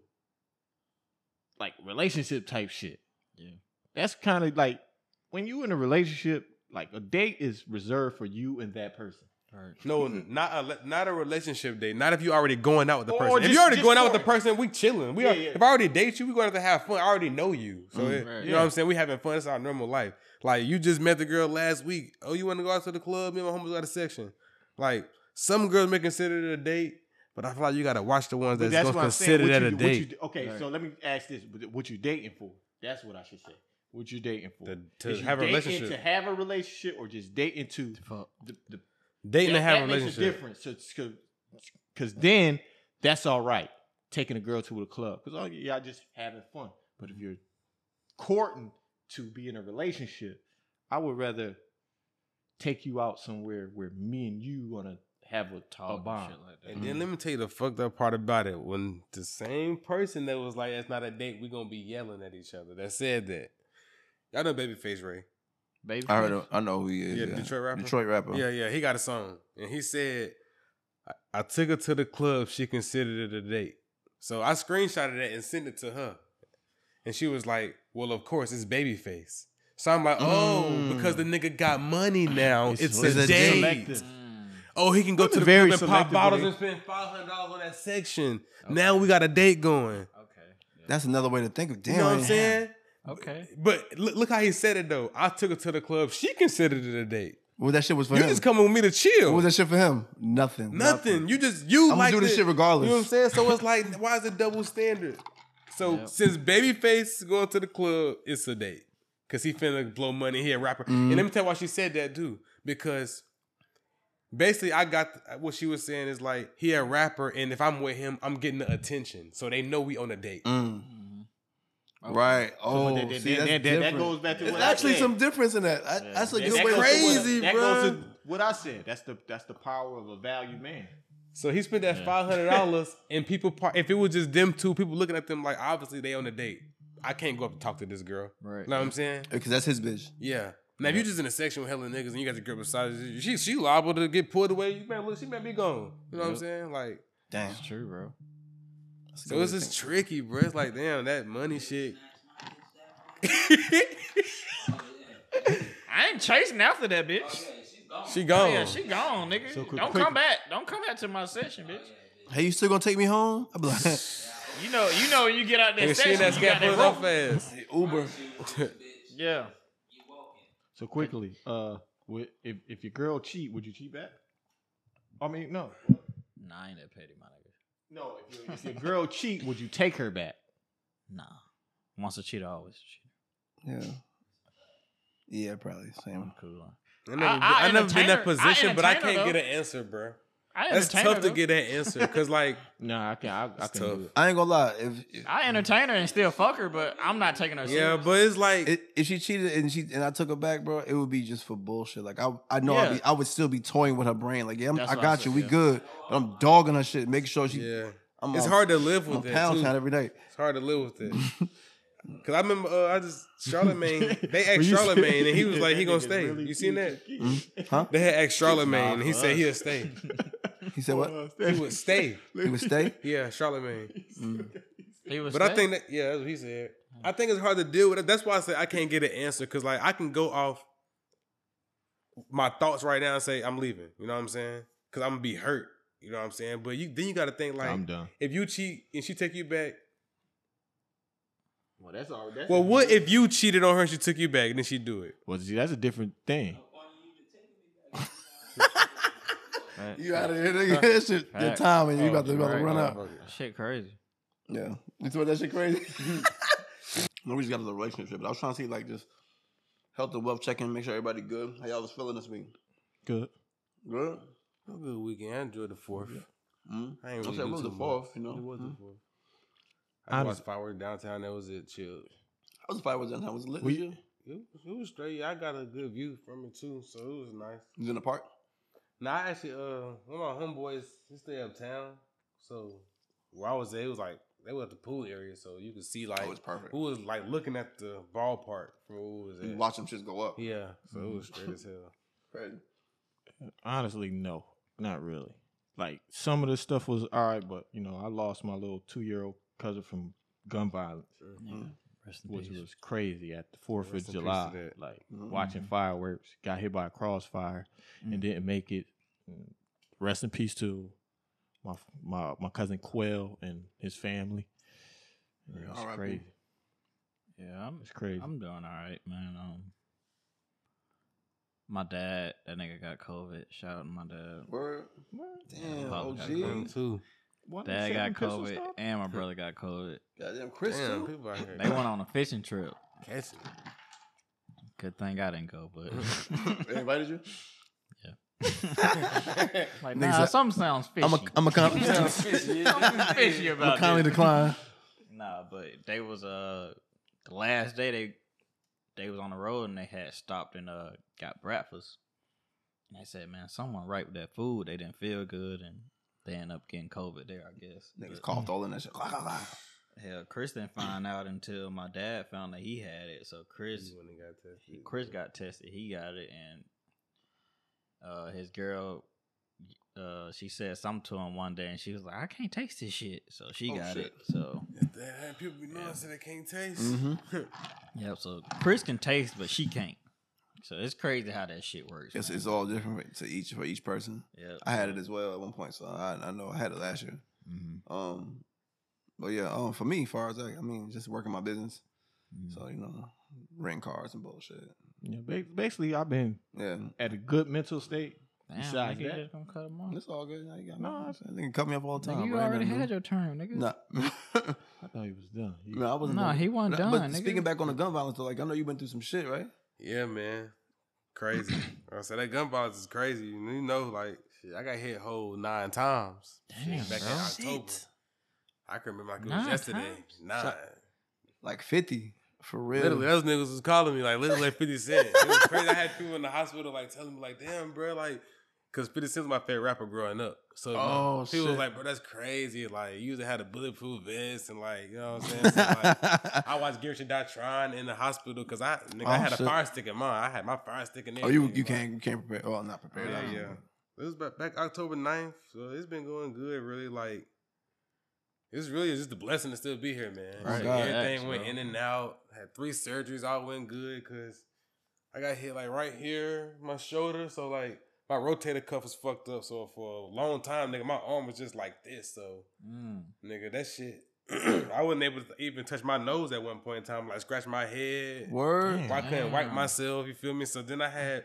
like relationship type shit.
Yeah.
that's kind of like when you in a relationship. Like a date is reserved for you and that person.
Right.
No, not a le- not a relationship date. Not if you already going out with the
Mm-hmm. Or
person. if
just-
you already
just
going out with the
courting.
person, we chilling. We
Yeah,
are,
yeah.
if I already date you, we going to have fun. I already know you, so
Mm,
it-
right.
you know what I'm saying. We having fun. It's our normal life. Like you just met the girl last week. Oh, you want to go out to the club? Me and my homies got a section. Like some girls may consider it a date, but I feel like you gotta watch the ones
But
that's,
that's
gonna
what I'm saying.
consider
What
that
you
a
do- what you
date.
do- okay, so let me ask this: What you dating for? That's what I should say. What you dating for?
To,
Is
to
you
have a
dating
relationship,
to have a relationship, or just dating to
Fuck.
the, the
dating
that,
to have a
that makes
relationship.
difference. Because then that's all right taking a girl to a club because all y'all just having fun. But
Mm-hmm.
if you're courting to be in a relationship, I would rather take you out somewhere where me and you gonna have a, a
Talk and
bond.
shit like that.
And then let me tell you the fucked up part about it. When the same person that was like, "That's not a date. We gonna be yelling at each other." That said that. Y'all know Babyface Ray.
Baby
I heard. Him, I know who he is.
Yeah,
Yeah,
Detroit rapper?
Detroit rapper.
Yeah, yeah. He got a song, and he said, I, "I took her to the club. She considered it a date." So I screenshotted that and sent it to her, and she was like, "Well, of course it's Babyface." So I'm like, "Oh,
Mm.
because the nigga got money now. It's,
it's
a
a
date."
date.
Oh, he can go
Women
to the
very
club and pop
selective
bottles
eh?
when
and
they-
spend five hundred dollars on that section. Now we got a date going.
Okay.
that's another way to think of. Damn,
you know what I'm
I-
saying?
Okay.
But look, look how he said it though. I took her to the club. She considered it a date.
Well, that shit was for
You
him.
just coming with me to chill.
what was that shit for him? Nothing.
Nothing. You just you
I'ma
like
do this
the-
shit regardless.
You know what I'm saying? So it's like, why is it double standard? So
Yep.
since Babyface going to the club, it's a date because he finna blow money. He a rapper, and
Mm-hmm.
let me tell you why she said that too. Because basically, I got what she was saying is like he a rapper, and if I'm with him, I'm getting the attention, so they know we on a
Mm-hmm.
date.
Mm.
Okay.
Right. Oh,
But then- then-
see,
then-
that's
then- that
different.
goes back to
There's
what I
actually
said.
some difference in that. I, That's a
That-
good
that
way. to put
goes to
it.
Crazy,
what, that
bruh.
goes to what I said. That's the that's the power of a value man.
So he spent that five hundred dollars, and people. Part, if it was just them two, people looking at them like obviously they on a date. I can't go up and talk to this girl.
Right.
know what I'm saying?
Because that's his bitch.
Yeah. Now, if you just in a section with hella niggas and you got the girl beside you, she she liable to get pulled away. You better look, she better be gone. You know what I'm
Yep.
saying? Like,
Damn.
That's true, bro.
That's a
so
good
it's
way to
just
think.
tricky, bro. It's like, damn, that money shit.
I ain't chasing after that bitch.
she gone.
Yeah, she gone, nigga.
So quick-
Don't
quick-
come back. Don't come back to my session, bitch.
Hey, you still gonna take me home? I'll be like,
You know, you know, when you get out that
and she
session,
in that
you got
scaffold
that
so
rope.
fast.
Uber.
Yeah.
So quickly, uh, would, if if your girl cheat, would you cheat back? I mean, no,
Nah, I ain't that petty, my nigga.
no. If your, if your girl cheat, would you take her back?
Nah. Once a cheater, always a cheater.
Yeah. Yeah, probably same.
I'm cool. on it.
I never, I,
I-
never been in
I
that
entertain her. I
position, but I
entertain
can't
her,
get
though.
an answer, bro.
I
That's
entertain
tough
her,
to
though.
get that answer because, like,
No, I can't. I, I
It's
can't
tough.
do it.
I ain't gonna lie. If, if
I entertain her and still fuck her, but I'm not taking her.
yeah,
serious.
but it's like
i- if she cheated and she and I took her back, bro, it would be just for bullshit. Like I, I know I'd
Yeah.
be, I would still be toying with her brain. Like yeah, I'm,
That's
I
what I
got you,
said,
we
yeah.
good. But I'm dogging her shit, making sure she.
yeah,
I'm,
it's
I'm-
hard to live
I'm
with that.
pound
Too.
town every night.
It's hard to live with that. Cause I remember uh, I just Charlemagne. They
Were
asked
you
Charlemagne and he was
serious?
like,
That
"He gonna
nigga's
stay."
really Hmm?
you seen that?
Mhm. Huh?
They had asked Charlemagne and he
for
said
us.
he'll stay.
He said what?
He would stay. Mm.
He would stay.
Yeah, Charlemagne.
He was
But I
fat.
think that yeah, that's what he said. I think it's hard to deal with it. That's why I say I can't get an answer because like I can go off my thoughts right now and say I'm leaving. You know what I'm saying? Because I'm gonna be hurt. You know what I'm saying? But you then you got to think like
I'm done.
if you cheat and she take you back.
Well, that's all. That's
Well, what if you cheated on her and she took you back and then she do it?
Well, see, that's a different thing.
Right.
You out of here, nigga. That shit, your
Right.
time, and you
Oh,
about to, you about to
right.
run
Oh,
out.
Okay.
shit crazy.
Yeah. You thought that shit crazy? no, we just got into the relationship, but I was trying to see, like, just health and wealth checking, make sure everybody good. How y'all was feeling this week?
Good.
Good?
It was a good weekend. I enjoyed the fourth.
Mm-hmm.
I ain't
I'm
really
saying,
do
what was
too
the
much.
fourth, you know?
It was
Mhm.
the fourth. I
I
watched
just-
fireworks downtown. That was it. Chill.
Mm-hmm. I was five was downtown. Was it lit?
We-
this year?
It was, it was straight. I got a good view from it too, so it was nice.
You was in the park?
Now I actually, uh, one of my homeboys, he stay uptown, so where I was at, it was like they were at the pool area, so you could see like
oh, it's perfect.
who was like looking at the ballpark from where we was
You
at.
watch them shits go up.
Yeah, so it was straight as hell.
Crazy.
Honestly, no, not really. Like some of the stuff was all right, but you know, I lost my little two-year-old cousin from gun violence,
Mhm.
Rest in
which
peace.
was crazy. At the Fourth
Rest
of
in peace to
July,
that.
like
Mm-hmm.
Mhm.
watching fireworks, got hit by a crossfire,
Mm.
and didn't make it. Mm. Rest in peace to my my my cousin Quell and his family. Yeah, It's
R.I.P.
crazy.
Yeah, I'm,
It's crazy.
I'm doing all right, man. Um, my dad, that nigga got COVID. Shout out to my dad.
Word. Damn,
Pop
OG.
got
Them
COVID.
too.
What, the
Dad got
second pistol
COVID,
stop?
and my brother got COVID.
Goddamn, Chris,
Damn,
too.
people out here
They went on a fishing trip.
catching. it.
Good thing I didn't go, but
They invited you? Niggas
like, nah,
like-
something sounds fishy.
I'm a, I'm a con- I'm
Something fishy
a
about
Conley
this.
decline.
Nah, but they was uh the last day they they was on the road and they had stopped and uh got breakfast. And they said, man, someone right with that food. They didn't feel good and they end up getting COVID there, I guess.
Niggas
But,
coughed all in that shit.
Hell, Chris didn't find out until my dad found that he had it. So Chris,
You wouldn't have got tested.
Chris got tested. He got it, and uh, his girl, uh, she said something to him one day, and she was like, "I can't taste this shit." So she
Oh,
got
shit.
it. So
If that had people be knowing so they can't taste.
Mm-hmm.
Mhm.
Yep. So Chris can taste, but she can't. So it's crazy how that shit works.
It's,
man.
it's all different to each for each person.
Yep.
I had it as well at one point, so I, I know I had it last year.
Mhm.
Um, but yeah, um, for me, far as like, I mean, just working my business.
Mm-hmm.
So you know, rent cars and bullshit.
Yeah, ba- basically, I've been
Yeah,
at a good mental state.
Damn,
Besides
nigga, you
that-
just gonna cut him off.
it's all good. I ain't got
No,
no, nigga cut me up all the
Nigga,
time.
you already had your turn, nigga.
Nah,
I thought he was done. He-
no, I wasn't.
Nah,
done.
he wasn't done.
But
nigga.
speaking back on the gun violence, though, like I know you went through some shit, right?
Yeah, man. Crazy. I said that gun violence is crazy. You know, like shit, I got hit whole nine times.
Damn,
shit, back
bro.
in October.
Shit.
I can remember like it was
Nine
yesterday.
times?
Nine.
Like fifty for real.
Literally, those niggas was calling me like literally like 50 Cent. It was crazy. I had people in the hospital like telling me like, damn, bro, like, cause 50 Cent's my favorite rapper growing up. So
Oh,
like, people
shit.
was like, bro, that's crazy. Like, you used to have a bulletproof vest and like, you know what I'm saying? So, like, I watched Gertrude Die Trying in the hospital because I nigga, I
Oh,
had a
shit.
fire stick in mine. I had my fire stick in there.
oh, you you can't you can't prepare. Oh, not prepared.
Yeah,
I don't
yeah.
know.
It was back, back October 9th, so it's been going good. Really, like it's really just a blessing to still be here, man.
Right.
Like,
Oh, God,
everything
that's,
went
bro.
in and out. Had three surgeries, all went good because I got hit like right here, my shoulder. So like my rotator cuff was fucked up. So for a long time, nigga, my arm was just like this. So
Mm.
nigga, that shit. I wasn't able to even touch my nose at one point in time, like scratch my head.
Word.
I couldn't wipe
Damn.
myself. You feel me? So then I had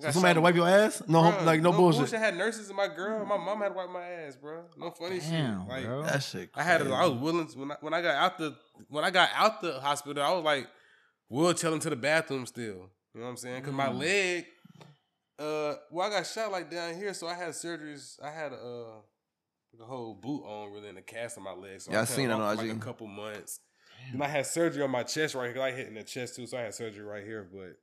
So somebody had to wipe your ass? No,
Bruh,
like no, bullshit.
I had nurses in my girl. My mom had to wipe my ass, bro. No funny
Oh, Damn,
shit. Like
bro.
That shit.
I had,
crazy.
I was willing to, when I, when I got out the when I got out the hospital. I was like, we'll tell him to the bathroom still. You know what I'm saying? Because my
Mm.
leg, uh, well, I got shot like down here, so I had surgeries. I had uh, the whole boot on, really, and a cast on my leg. So
Yeah, I
couldn't
seen it
walk
on
for
IG.
Like a couple months. Then I had surgery on my chest right here. 'cause I hit in the chest too, so I had surgery right here. But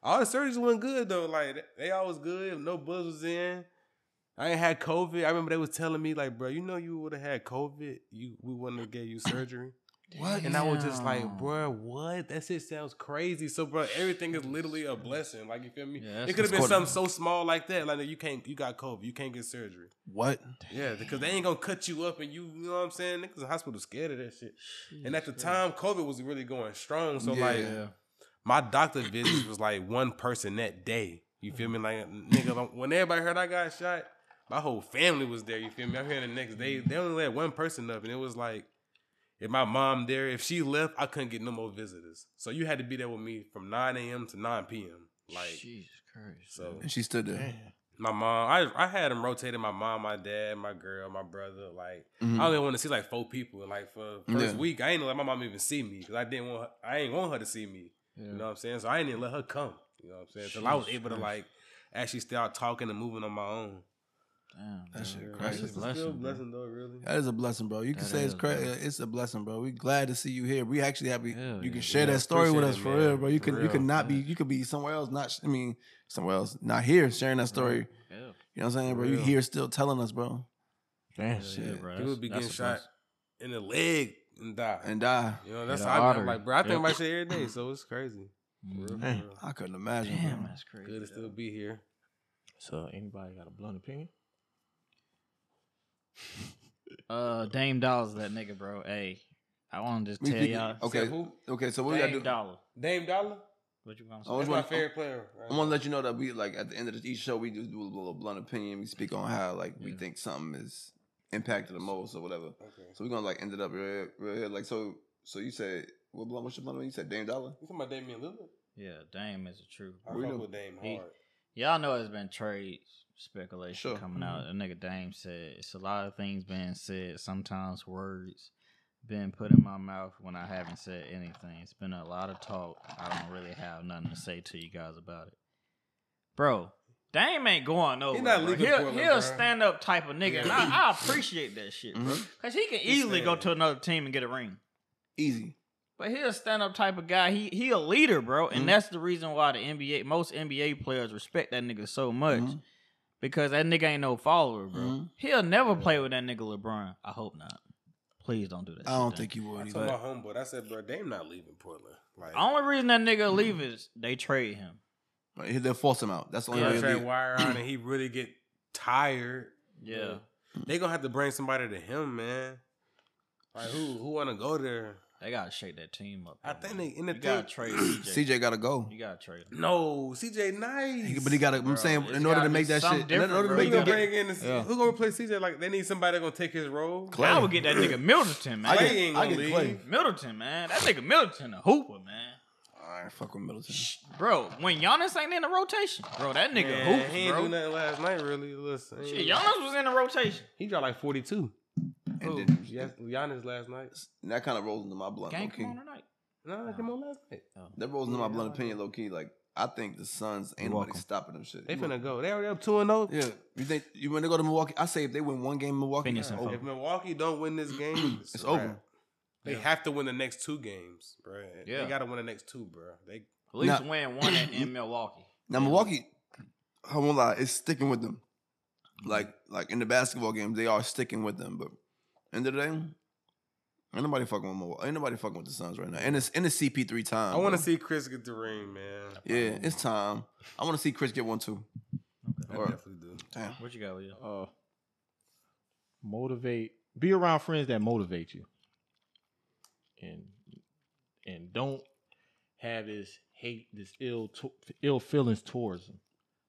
all the surgeries went good though. Like they all was good. No buzz was in. I ain't had COVID. I remember they was telling me like, bro, you know you would have had COVID. You we wouldn't have gave you surgery.
What?
And I was just like,
Damn.
bro, what? That shit sounds crazy. So, bro, everything is literally a blessing. Like you feel me?
Yeah, that's
it could have been
what's
something so small like that. Like you can't, you got COVID. You can't get surgery.
What?
Yeah, because they ain't gonna cut you up and you, you know what I'm saying? Niggas in hospital scared of that shit. And at the time, COVID was really going strong. So like
Yeah.
my doctor visits was like one person that day. You feel me? Like nigga, like, when everybody heard I got shot, my whole family was there. You feel me? I'm here the next day. They only let one person up, and it was like if my mom there, if she left, I couldn't get no more visitors. So you had to be there with me from 9 a.m. to 9 p.m. Like
Jesus Christ.
so.
And she stood there.
My mom, I I had them rotated. My mom, my dad, my girl, my brother. Like
Mhm.
Mm-hmm.
I only want to see like four people. And like for the first
Yeah.
week, I ain't let my mom even see me because I didn't want. Her, I ain't want her to see me.
Yeah.
You know what I'm saying? So I didn't even let her come. You know what I'm saying? Until I was
Jesus
able to
Christ.
like actually start talking and moving on my own.
Damn,
That shit
bro.
crazy.
That's a blessing,
still
bro.
blessing though, really.
That is a blessing, bro. You can
That
say it's
is,
crazy.
bro.
It's a blessing, bro. We glad to see you here. We actually happy.
Hell
you can
yeah.
share
Yeah,
that story with us
appreciate it,
for
man.
real, bro. You
For
could you
real.
could not be
Yeah.
you could be somewhere else. Not sh- I mean somewhere else. Not here sharing that story. You
Hell.
know what I'm saying,
For
bro? You
real.
here still telling us, bro,
Damn.
Hell
shit.
yeah, bro.
People
That's-
be
that's
getting
a
shot
blessing.
in the leg and die.
and die.
you know that's
the
how I am
artery.
like, bro. I think
Yep.
about shit every day, so it's crazy. For real, for
Man.
real.
I couldn't imagine.
Damn,
bro.
that's crazy.
Good to still
though.
be here.
So Uh, anybody got a blunt opinion?
Uh, Dame Dollar's that nigga, bro. Hey, I want to just
We
tell
think-
y'all.
okay,
Said who?
Okay, so what we gotta
Dame
do?
Dollar.
Dame Dollar.
What you gonna
I
say?
was
That's my
wondering-
favorite player. right
I want to let you know that we like at the end of each show we just do a little blunt opinion. We speak on how like we
Yeah.
think something is impacted the most or whatever.
now. Okay.
So we're gonna like end it up real, real here. Like so, so you said what blunt? What's your blunt? You said Dame Dollar.
You talking about Damian Lillard?
Yeah, Dame is a true.
I
We
fuck
know.
with Dame
He-
hard.
Y'all know it's been trade speculation
Sure.
coming out. A nigga Dame said it's a lot of things being said. Sometimes words been put in my mouth when I haven't said anything. It's been a lot of talk. I don't really have nothing to say to you guys about it, bro. Dame ain't going nowhere.
not
bro.
leaving
He'll,
Portland,
he'll
bro. Mm.
stand up type of nigga, and I, I appreciate that shit, bro.
Mhm.
Cause he can
He's
easily go
staying.
to another team and get a ring.
Easy.
But he a stand up type of guy. He he a leader, bro, and
Mm.
Mhm.
that's the reason why the NBA most NBA players respect that nigga so much
Mm-hmm.
Mhm.
because that nigga ain't no follower, bro.
Mhm.
He'll never play with that nigga LeBron. I hope not. Please don't do that.
I
shit,
don't
Dame.
think you
I
would.
told
Either.
my homeboy, I said, bro, Dame not leaving Portland. Like,
The only reason that nigga leave
Mm-hmm.
is they trade him.
Right, They'll force him out. That's the only way.
contract
he'll leave.
wire out and he really get tired.
Yeah.
They gonna have to bring somebody to him, man. Like who who wanna go there?
They gotta shake that team up.
I
though,
think
man.
they- in the
you gotta
third-
trade CJ.
CJ gotta go.
You gotta trade him.
No, CJ
He-
nice.
But he gotta.
Bro,
I'm saying
it's
in order
gotta
to
be
make that
something
shit, in order to
different,
Who
make
bro.
gonna
them
You
get.
bring in this,
Yeah.
who gonna replace CJ? Like they need somebody that gonna take his role.
Clay.
I would get that nigga Middleton, man.
I
Clay
get-
ain't
I
gonna
get
leave.
Clay.
Middleton, man. That nigga Middleton a hooper, man.
All right, fuck with Middleton.
Bro, when Giannis ain't in the rotation, bro, that nigga
Man,
hoops,
he ain't
bro.
do nothing last night, really. Listen,
Shit, Giannis was in the rotation.
he dropped like forty two.
And
Who?
then-
Yes, Giannis last night.
and that kind of rolls into my blunt.
Game
Low
come
key.
on tonight.
No, I came on last night.
That rolls into my
Yeah,
blunt
I
opinion. Low key, like I think the Suns ain't
You're
nobody
welcome.
stopping them shit.
They
You know-
finna go. They already up two and oh. zero.
Yeah, you think you when they go to Milwaukee? I say if they win one game, in Milwaukee,
Phoenix and
over.
If Milwaukee don't win this game,
It's over.
wrap. They have to win the next two games, bro.
Yeah.
They got to win the next two, bro. They
At least
Nah.
win one in, in Milwaukee.
now Milwaukee, I won't lie, it's sticking with them. Like like in the basketball games, they are sticking with them. But end of the day, ain't nobody fucking with Milwaukee. Ain't nobody fucking with the Suns right now. And it's in the CP three time.
I want
bro.
to see Chris get the ring, man.
Yeah, it's time. I want to see Chris get one too.
I
Or-
definitely do.
Damn.
What you got with you?
Uh, motivate. Be around friends that motivate you, and and don't have this hate, this ill to, ill feelings towards them.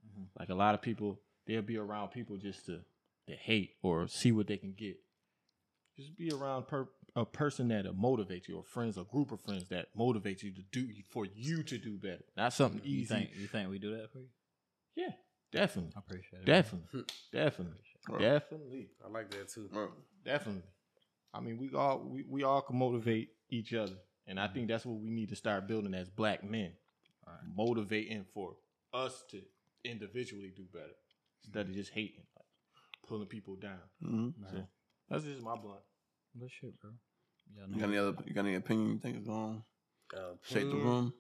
Mm-hmm.
Mhm.
Like a lot of people, they'll be around people just to to hate or see what they can get. Just be around per, a person that motivates you, or friends, a group of friends that motivates you to do for you to do better. Not something
You
easy.
think you think we do that for you?
Yeah, definitely,
I appreciate it.
definitely, definitely,
Right.
definitely,
I like that too.
definitely. I mean, we all we, we all can motivate each other, and I think that's what we need to start building as black men, motivating for us to individually do better instead of just hating, like pulling people down.
Mhm.
So, that's just my blunt.
Good shit, bro. Y'all
Mm-hmm.
You got any
know-
other? You got any opinion you think is going
Uh,
to shake the
opinion?
room?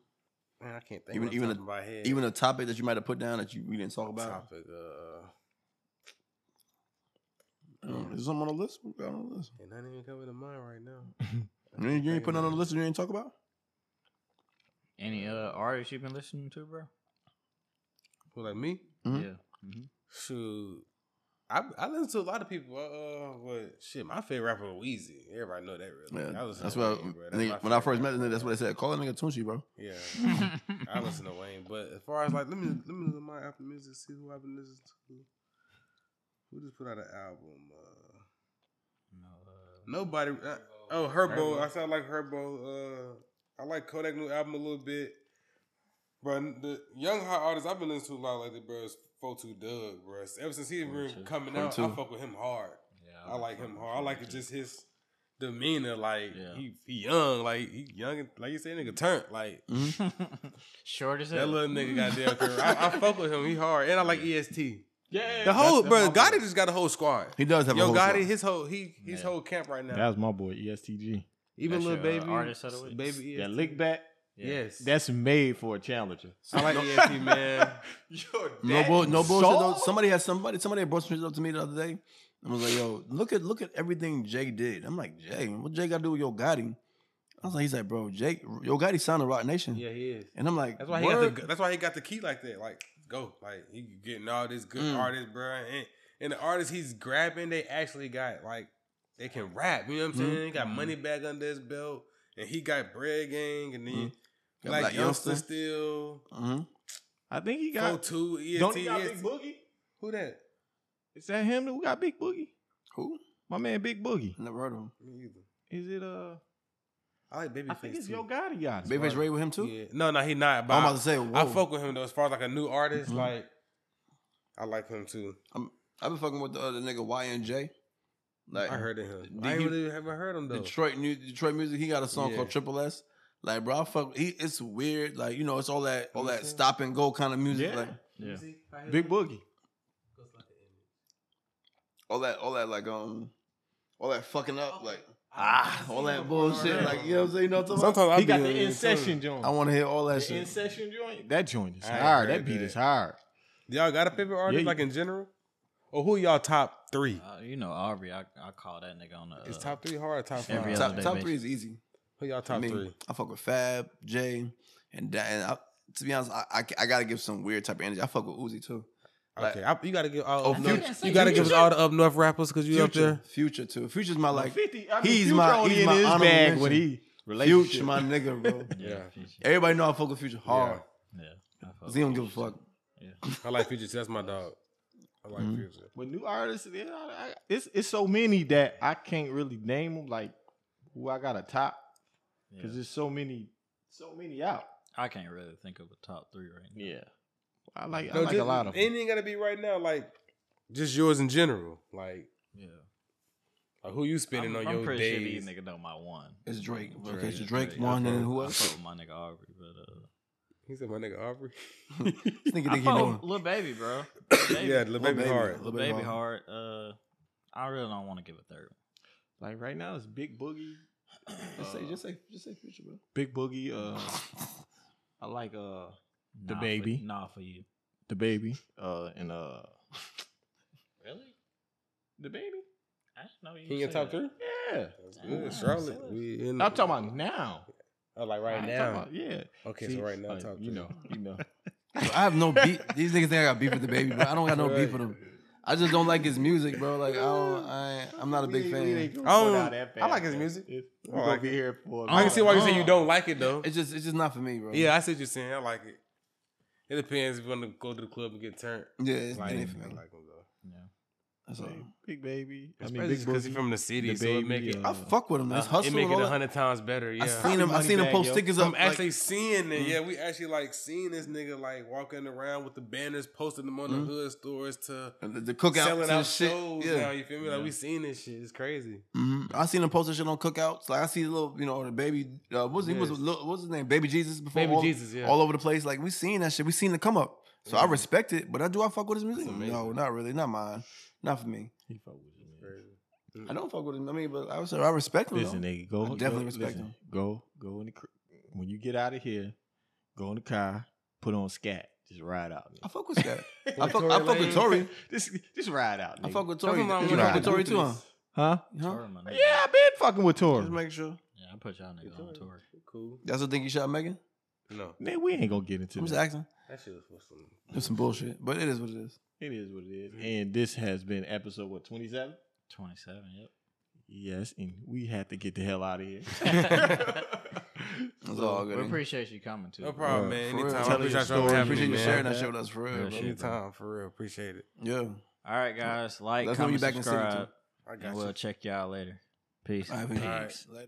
Man, I can't think.
Even-
Even
even
even
a-
about head.
Even a topic that you might have put down that you we didn't talk about.
topic. Uh,
Um, is something on the list? What we got on the list?
and nothing even coming to mind right now.
You ain't, you ain't put none on the list. that You ain't talk about.
Any
uh,
other artists you've been listening to, bro?
Who like me?
Mhm.
Yeah. hmm
Shoot, I I listen to a lot of people. Uh, but shit, my favorite rapper was Weezy. Everybody know that really.
Yeah,
I listen
that's
to
what. I,
Wayne, bro. That's my
nigga, when I
favorite
first met
rapper.
the nigga, that's what I said. Call that nigga Tunchi, bro.
Yeah, I listen to Wayne. But as far as like, let me let me look at my Apple Music, see who I've been listening to. Who just put out an album? Uh, nobody. Uh, oh, Herbo.
Herbo.
I sound like Herbo. Uh, I like Kodak new album a little bit. But the young hot artists I've been listening to a lot lately, bro, is 42 Doug, bro. Ever since he been
42.
coming out, I
42.
fuck with him hard.
Yeah,
I like him hard. I like just his demeanor. Like
Yeah.
he he young, like he young, and- like you say, nigga turnt. Like
Mm-hmm.
Short as hell.
that little nigga, goddamn. career. I, I fuck with him. He hard, and I like E EST.
Yeah,
The whole
that's-
bro,
that's my
Gotti
boy.
just got a whole squad.
He does have a
Yo,
whole
Gotti,
squad.
his whole he his
Yeah.
whole camp right now.
That was my boy ESTG.
Even
That's
little
your, uh,
baby,
artist of the week?
baby
That
EST.
lick back.
Yes,
That's made for a challenger.
I like EST E man.
No, bull, no bullshit.
Saul?
Though. Somebody had somebody. Somebody had brought some shit up to me the other day. and was like, "Yo, look at look at everything Jay did." I'm like, "Jay, what Jay got to do with Yo Gotti?" I was like, "He's like, bro, Jake, Yo Gotti signed to Rock Nation."
Yeah, he is.
And I'm like,
That's why he
"Word?"
got the that's why he got the key like that. Like go, like he getting all this good
Mm.
artists, bro, and and the artists he's grabbing, they actually got like they can rap. You know what I'm saying? He got money back under his belt, and he got bread gang, and then
Got
like
Black
youngster
Youngster.
still.
Mhm.
I think he
Go
got.
two E EST,
Don't he got
EST.
Big Boogie?
Who that?
Is that him? that We got Big Boogie.
Who?
My man, Big Boogie.
I never heard of him.
Me either.
Is it uh?
I like baby.
I think it's Yo Gotti got it.
Babyface Ray with him too.
Yeah. No, no, he not. But
I'm
I,
about to say,
I
whoa.
fuck with him though. As far as like a new artist,
Mhm.
like I like him too.
I've been fucking with the other nigga YNJ. Like
I heard of him.
Did
I ain't
you-
really haven't heard him though.
Detroit new Detroit music. He got a song
Yeah.
called Triple S. Like bro, I fuck. He, it's weird. Like you know, it's all that all that
Mhm.
stop and go kind of music.
Yeah.
Like
Yeah.
See, I hear
Big
him.
Boogie.
all that all that like um all that fucking up like
Ah,
all that bullshit. Like you know what I'm saying. You know what I'm talking
Sometimes I
He got
be
the
in
in session
about? I
joint.
want to hear all that
The in
shit.
session joint. That joint is
I ain't
hard.
heard
That beat
that.
is hard.
too. Y'all got a favorite artist
you-
like in general, or who y'all top three?
Uh, you know Aubrey, I, I call that nigga on the.
Is
uh,
top three hard or top five?
every other
Top,
day,
top
bitch.
three is easy.
Who y'all
I
top
mean,
three?
I fuck with Fab, Jay, and Dan. And I, to be honest, I, I I gotta give some weird type of energy. I fuck with Uzi too. like-
Okay, I, you gotta give all
Oh,
up
Future.
north, you gotta give us all the up north rappers because you up there.
Future too. Future's my like
50. I mean,
he's
he's
my-
my, only
he's
in
my
his
honorable
bag
mention.
when he relationship.
Future, my nigga, bro.
Yeah.
Everybody know I fuck with Future hard.
Yeah. I fuck
Z don't
with
give a
Future.
fuck.
I like Future. too. That's my dog. I like
Mm-hmm.
Mhm.
Future.
With new artists, you know, I- it's it's so many that I can't really name them. Like who I got a top
Yeah.
because there's so many, so many out.
I can't really think of a top three right now.
Yeah, I like I
No,
like a
just-
lot of
And
them.
it ain't gotta be right now. Like just yours in general. Like,
Yeah.
like who you spending
I'm,
on
I'm
your
pretty sure
days?
these nigga know my one.
It's Drake.
Drake,
okay, so Drake
Drake.
one,
I
and then
fuck-
who
I
else?
fuck with my nigga Aubrey, but uh,
he said my nigga Aubrey.
This nigga
I
think he
fuck
know.
with
him.
Lil Baby, bro.
yeah, Lil Baby
Baby.
hard.
Lil
Lil
Baby
Baby Hard. Uh, I really don't want to give a third.
Like right now, it's Big Boogie,
Just say, just say, just say Future, bro.
Big Boogie. Uh, I like uh The
Nah,
Baby.
For, nah, for you.
the baby. Uh, and uh, really, the baby.
I didn't know you.
He in your
said
top
that.
three?
Yeah,
That's
Ah,
good.
so
Charlotte.
that's-
We in,
I'm talking about now.
Oh, like
I
right
ain't
now.
talking about- yeah.
Okay,
See,
so right now,
like,
top three.
you know, you know.
I have no beef. These niggas think I got beef with the baby, but I don't got no beef with him. I just don't like his music, bro. Like I don't, I, ain't- I'm not a big fan.
Oh, I like his music.
We're
I
gonna
like
be
it.
here for. a
I can
minute.
see why you say you
Oh.
don't like it though.
It's just, it's just not for me, bro.
Yeah, I see what you're saying. I like it. It depends if you want to go to the club and get turned.
yeah, it's, it
Like, I
ain't
like
for me.
them though.
Yeah.
That's all.
Big baby. I mean,
Especially
big
because
boogie.
he's from the city,
the
so it
baby,
make it,
uh,
uh,
I fuck with him. It's hustle.
it make it
all
a
that.
hundred times better. Yeah,
I seen him. I
Money
seen him
bag,
post
yo.
stickers up.
I'm
like-
actually seeing it.
Mhm.
Yeah, we actually like seeing this nigga like walking around with the banners, posting them on
Mhm.
the hood stores to
the, the cookouts
selling
and
out
shit.
shows.
Yeah.
Now you feel me? Like
Yeah.
we seen this shit. It's crazy.
hmm I seen him posting shit on cookouts. Like I see the little, you know, the baby. Uh, what was he was
Yes.
what was his name? Baby Jesus before
Baby
all,
Jesus, yeah.
all over the place. Like we seen that shit. We seen the come up. So I
Mhm.
respect it, but I do I fuck with his music.
It's amazing.
No, not really. Not mine. Not for me.
He fuck with you, man.
Crazy.
I don't fuck with him. I mean, but I, was, I respect him.
Listen,
though.
nigga, go.
I definitely
go,
respect
listen,
him.
Go, go in the cr- when you get out of here. Go in the car, put on scat, just ride out.
I
Nigga.
fuck with that. I fuck,
Tory
I fuck with
Lanez.
Tory.
Just, just ride out. Nigga.
I fuck with
Tell
Tory. You
them I'm
fuck
with
Right.
with Tory too, huh?
Ruthless.
huh?
Huh?
Yeah, I've been fucking with Tori.
Just make sure.
Yeah, I put y'all niggas on tour.
Cool.
That's what think you shot Megan.
No,
Man, we ain't gonna get into
I'm just
that.
asking.
that shit was for some.
It's some bullshit, but it is what it is.
It is what it is. And this has been episode what twenty seven.
Twenty seven. Yep.
Yes, and we have to get the hell out of here.
It's all good.
We appreciate you coming too.
No problem,
Yeah,
man.
for real.
Anytime. I
Tell
appreciate
your
y'all
story.
having
Appreciate
me,
you
man.
sharing that shit with us for
Real
real, bro.
shit.
Anytime, for real. Appreciate it.
Yeah.
All right, guys. Like,
Let's know you
comment,
back in city, too.
subscribe,
I got
and
you.
we'll check y'all later. Peace.
All right, peace.
All right.
Later.